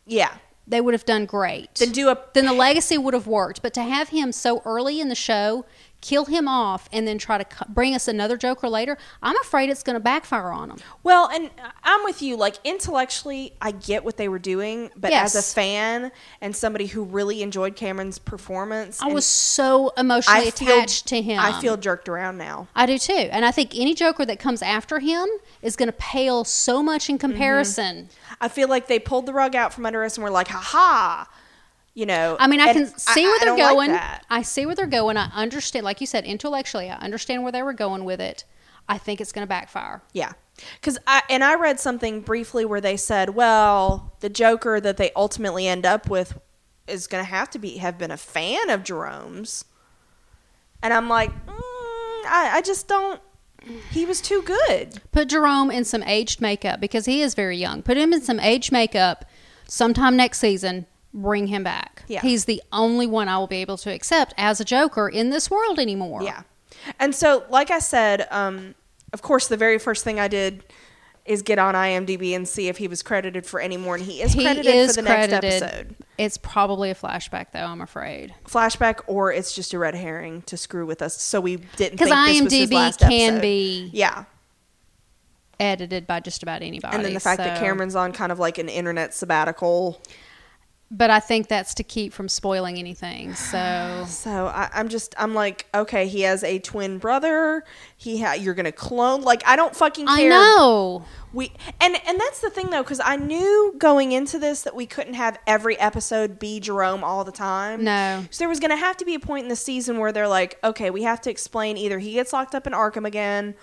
yeah.
they would have done great.
Then do a
then the legacy would have worked. But to have him so early in the show, kill him off, and then try to cu- bring us another Joker later, I'm afraid it's going to backfire on him.
Well, and I'm with you. Like intellectually, I get what they were doing, but as
Yes.
a fan and somebody who really enjoyed Cameron's performance,
I
and
was so emotionally
feel-
attached to him.
I feel jerked around now.
I do too. And I think any Joker that comes after him is going to pale so much in comparison.
I feel like they pulled the rug out from under us and we're like, "Ha ha," you know.
I mean, I
and
can see where they're
don't like
going.
that.
I see where they're going. I understand, like you said, intellectually, I understand where they were going with it. I think it's going to backfire.
Yeah. Cuz I and I read something briefly where they said, "Well, the Joker that they ultimately end up with is going to have to be have been a fan of Jerome's." And I'm like, mm, I, I just don't he was too good.
Put Jerome in some aged makeup because he is very young. Put him in some aged makeup sometime next season. Bring him back.
Yeah.
He's the only one I will be able to accept as a Joker in this world anymore.
Yeah. And so, like I said, um, of course, the very first thing I did is get on IMDb and see if he was credited for any more, and he is
He
credited
is
for the next
credited.
episode.
It's probably a flashback, though, I'm afraid.
Flashback, or it's just a red herring to screw with us, so we didn't think
Because
this was his
IMDb
last
can
episode.
be
Yeah,
edited by just about anybody.
and then the fact that
so-
Cameron's on kind of like an internet sabbatical.
But I think that's to keep from spoiling anything. So
So I, I'm just, I'm like, okay, he has a twin brother. He, ha- you're gonna clone. Like, I don't fucking care.
I know.
We and and that's the thing though, because I knew going into this that we couldn't have every episode be Jerome all the time.
No.
so there was going to have to be a point in the season where they're like, okay, we have to explain either he gets locked up in Arkham again,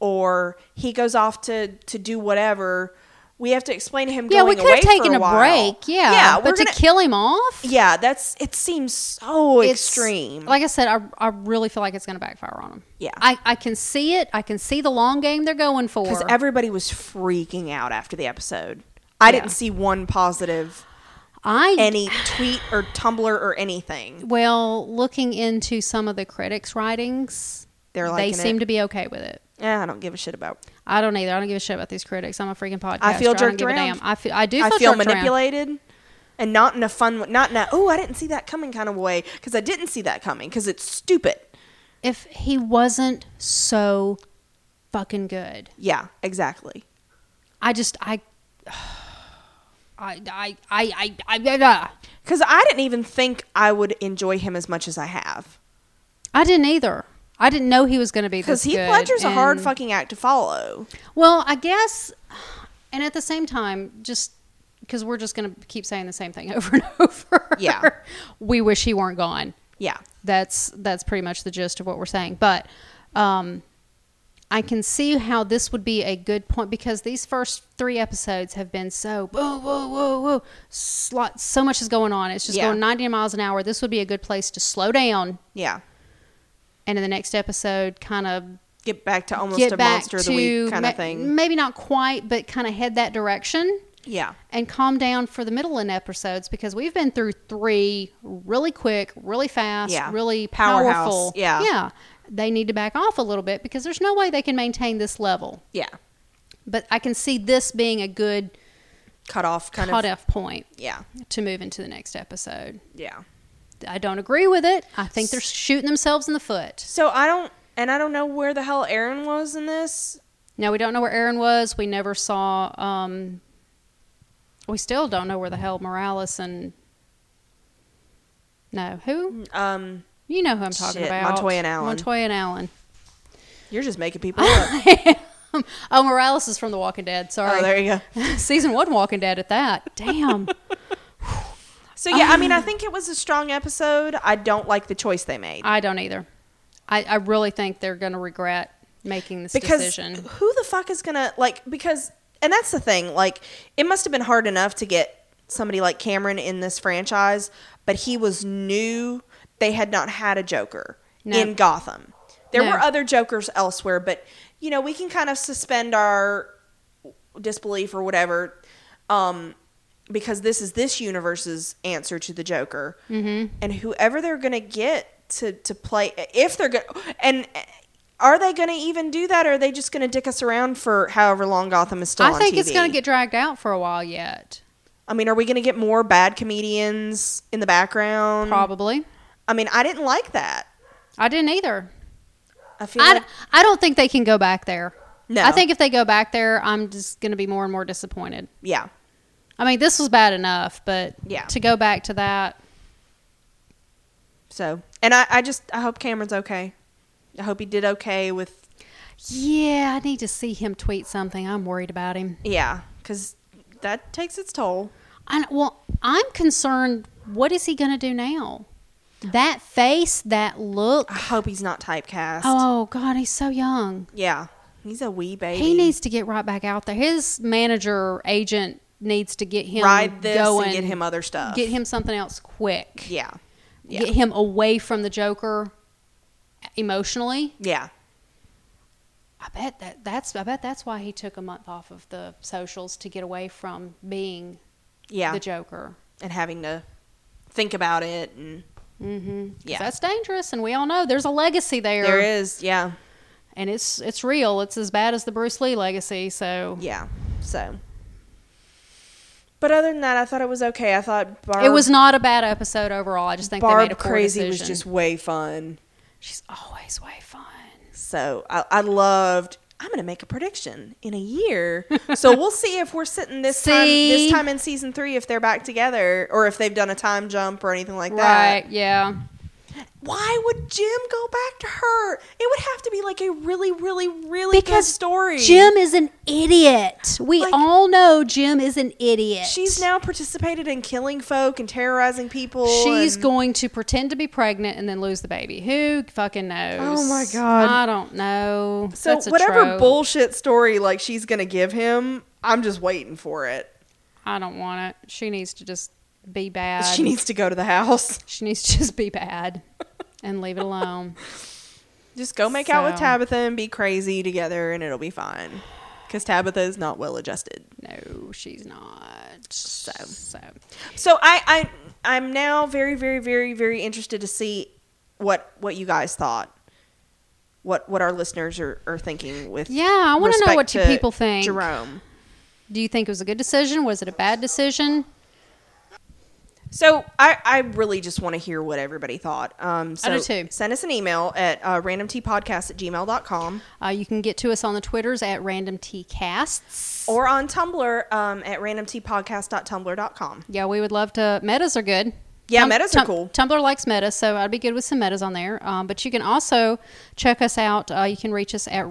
or he goes off to to do whatever. We have to explain to him.
Yeah,
going
we could
away
have taken
for
a,
a, while.
break. Yeah.
yeah,
but
we're
to
gonna,
kill him off?
yeah, that's it. Seems so
It's-
extreme.
Like I said, I, I really feel like it's going to backfire on him.
Yeah.
I, I can see it. I can see the long game they're going for.
because everybody was freaking out after the episode. I
Yeah.
didn't see one positive.
I
any tweet or Tumblr or anything.
well, looking into some of the critics' writings,
They're
they
liking
seem
it.
to be okay with it.
Yeah, Eh, I don't give a shit about.
I don't either. I don't give a shit about these critics. I'm a freaking podcaster.
I feel
don't
jerked
give a
around.
damn. I feel. I do. Feel
I feel
jerked around.
manipulated, and not in a fun, not in a oh I didn't see that coming kind of way because I didn't see that coming because it's stupid.
If he wasn't so fucking good,
Yeah, exactly.
I just I. I I I I I blah, blah.
Because I didn't even think I would enjoy him as much as I have
I didn't either. I didn't know he was going to be this
because Heath
good.
Ledger's a hard
and-
fucking act to follow.
Well, I guess, and at the same time, just because we're just going to keep saying the same thing over and over.
Yeah.
we wish he weren't gone.
Yeah,
That's that's pretty much the gist of what we're saying. But um, I can see how this would be a good point because these first three episodes have been so whoa whoa whoa whoa slot. So much is going on. It's just
Yeah.
going ninety miles an hour. This would be a good place to slow down,
yeah.
and in the next episode, kind of.
Get back to almost
Get
a
back
monster
to
of the week kind
ma-
of thing.
maybe not quite, but kind of head that direction.
Yeah,
and calm down for the middle end episodes because we've been through three really quick, really fast,
Yeah.
really
Powerhouse.
powerful.
Yeah.
Yeah. They need to back off a little bit because there's no way they can maintain this level.
yeah.
But I can see this being a good
Cut off kind
cut
of.
off point
Yeah,
to move into the next episode.
yeah.
I don't agree with it. I think they're shooting themselves in the foot.
So I don't, and I don't know where the hell Aaron was in this.
Now, we don't know where Aaron was. We never saw, um, we still don't know where the hell Morales and. No, who?
Um,
You know who I'm talking
Shit,
about.
Montoya and Allen.
Montoya and Allen.
you're just making people up.
oh, Morales is from The Walking Dead. Sorry.
Oh, there you go.
Season one Walking Dead at that. Damn.
So yeah, I mean, I think it was a strong episode. I don't like the choice they made.
I don't either. I, I really think they're going to regret making this
because
decision.
who the fuck is gonna like because and that's the thing like it must have been hard enough to get somebody like cameron in this franchise but he was new they had not had a joker
No.
in gotham there
No.
were other jokers elsewhere but you know we can kind of suspend our disbelief or whatever um because this is this universe's answer to the joker mm-hmm. and whoever they're gonna get to to play if they're gonna and are they gonna even do that or are they just gonna dick us around for however long gotham is still
I
on
think it's
TV?
going to get dragged out for a while yet.
i mean are we gonna get more bad comedians in the background
Probably.
i mean i didn't like that
I didn't either.
i feel
I,
like
I don't think they can go back there.
No.
I think if they go back there, I'm just going to be more and more disappointed.
yeah
I mean, this was bad enough, but
Yeah.
to go back to that,
so and i i just i hope cameron's okay i hope he did okay with
yeah, I need to see him tweet something. I'm worried about him.
yeah because that takes its toll
I, well, I'm concerned. What is he going to do now? That face, that look.
i hope he's not typecast
Oh God, he's so young.
Yeah. He's a wee baby.
He needs to get right back out there. His manager agent needs to get him
ride this
going,
and get him other stuff.
get him something else quick.
Yeah. Yeah.
Get him away from the Joker emotionally.
Yeah.
I bet that that's I bet that's why he took a month off of the socials to get away from being
Yeah.
the Joker.
and having to think about it and
Mm-hmm.
Yeah.
that's dangerous, and we all know there's a legacy there,
there is, yeah.
and it's it's real. It's as bad as the Bruce Lee legacy. So
Yeah. So But other than that, I thought it was okay. I thought Barb
it was not a bad episode overall. I just think they made a
Barb
poor
Crazy was
decision.
just way fun.
she's always way fun.
So I, I loved I'm gonna make a prediction in a year. so we'll see if we're sitting this time
See?
this time in season three if they're back together or if they've done a time jump or anything like that.
Right? Yeah.
why would Jim go back to her? It would have to be like a really, really, really good story.
Jim is an idiot. We
Like-
all know Jim is an idiot.
she's now participated in killing folk and terrorizing people.
She's
and-
going to pretend to be pregnant and then lose the baby. Who fucking knows?
Oh my God.
I don't know.
so
That's a
whatever
trope.
bullshit story like she's gonna give him. I'm just waiting for it.
I don't want it. She needs to just be bad.
She needs to go to the house.
She needs to just be bad and leave it alone.
Just go make out with
So-
Tabitha and be crazy together, and it'll be fine. Because Tabitha is not well adjusted.
No, she's not. So, so
So I, I I'm now very very very very interested to see what what you guys thought. What what our listeners are, are thinking with
Yeah, I wanna know
respect
what you people think.
Jerome.
do you think it was a good decision? Was it a bad decision?
So I, I really just want to hear what everybody thought. Um, so
do too.
send us an email at uh, randomtpodcast at gmail.com
Uh, you can get to us on the Twitters at Random Tea Casts.
or on Tumblr um, at randomtpodcast.tumblr.com.
Yeah, we would love to. Metas are good.
Yeah, metas are cool.
Tumblr likes metas, so I'd be good with some metas on there. Um, but you can also check us out. Uh, you can reach us at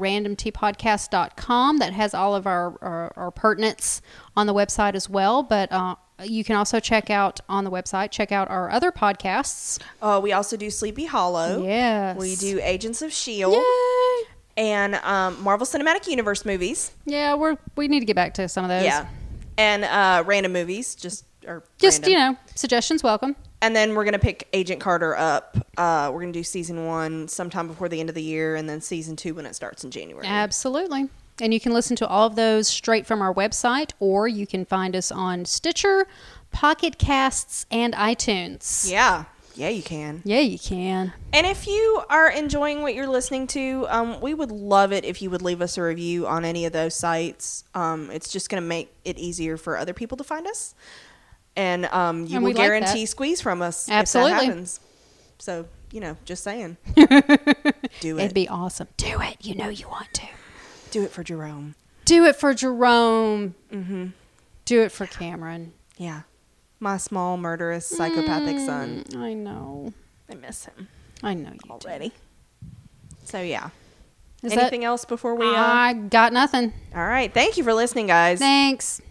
randomtpodcast.com. That has all of our, our, our pertinence on the website as well. But uh, you can also check out on the website, check out our other podcasts.
Uh, we also do Sleepy Hollow.
Yes.
We do Agents of S.H.I.E.L.D.
Yay!
E and um, Marvel Cinematic Universe movies.
Yeah, we're, we need to get back to some of those.
Yeah. And uh, random movies, just or
Just,
random.
you know, suggestions welcome.
And then we're gonna pick Agent Carter up. Uh, we're gonna do season one sometime before the end of the year, and then season two when it starts in January.
Absolutely. And you can listen to all of those straight from our website, or you can find us on Stitcher, Pocket Casts, and iTunes.
yeah, yeah, you can.
Yeah, you can.
And if you are enjoying what you're listening to, um, we would love it if you would leave us a review on any of those sites. Um, it's just gonna make it easier for other people to find us, and um, you
And
will
we like
guarantee
that.
squeeze from us. if
Absolutely.
that happens. So you know, just saying, do
It'd
it,
be awesome. Do it. You know you want to.
do it for Jerome.
Do it for Jerome. Mm-hmm. Do it for Cameron.
Yeah. My small, murderous, psychopathic son.
Mm, I know.
I miss him
I know you do.
already. So, yeah.
Is
Anything else before
that,
we. Uh...
I got nothing.
All right. Thank you for listening, guys.
Thanks.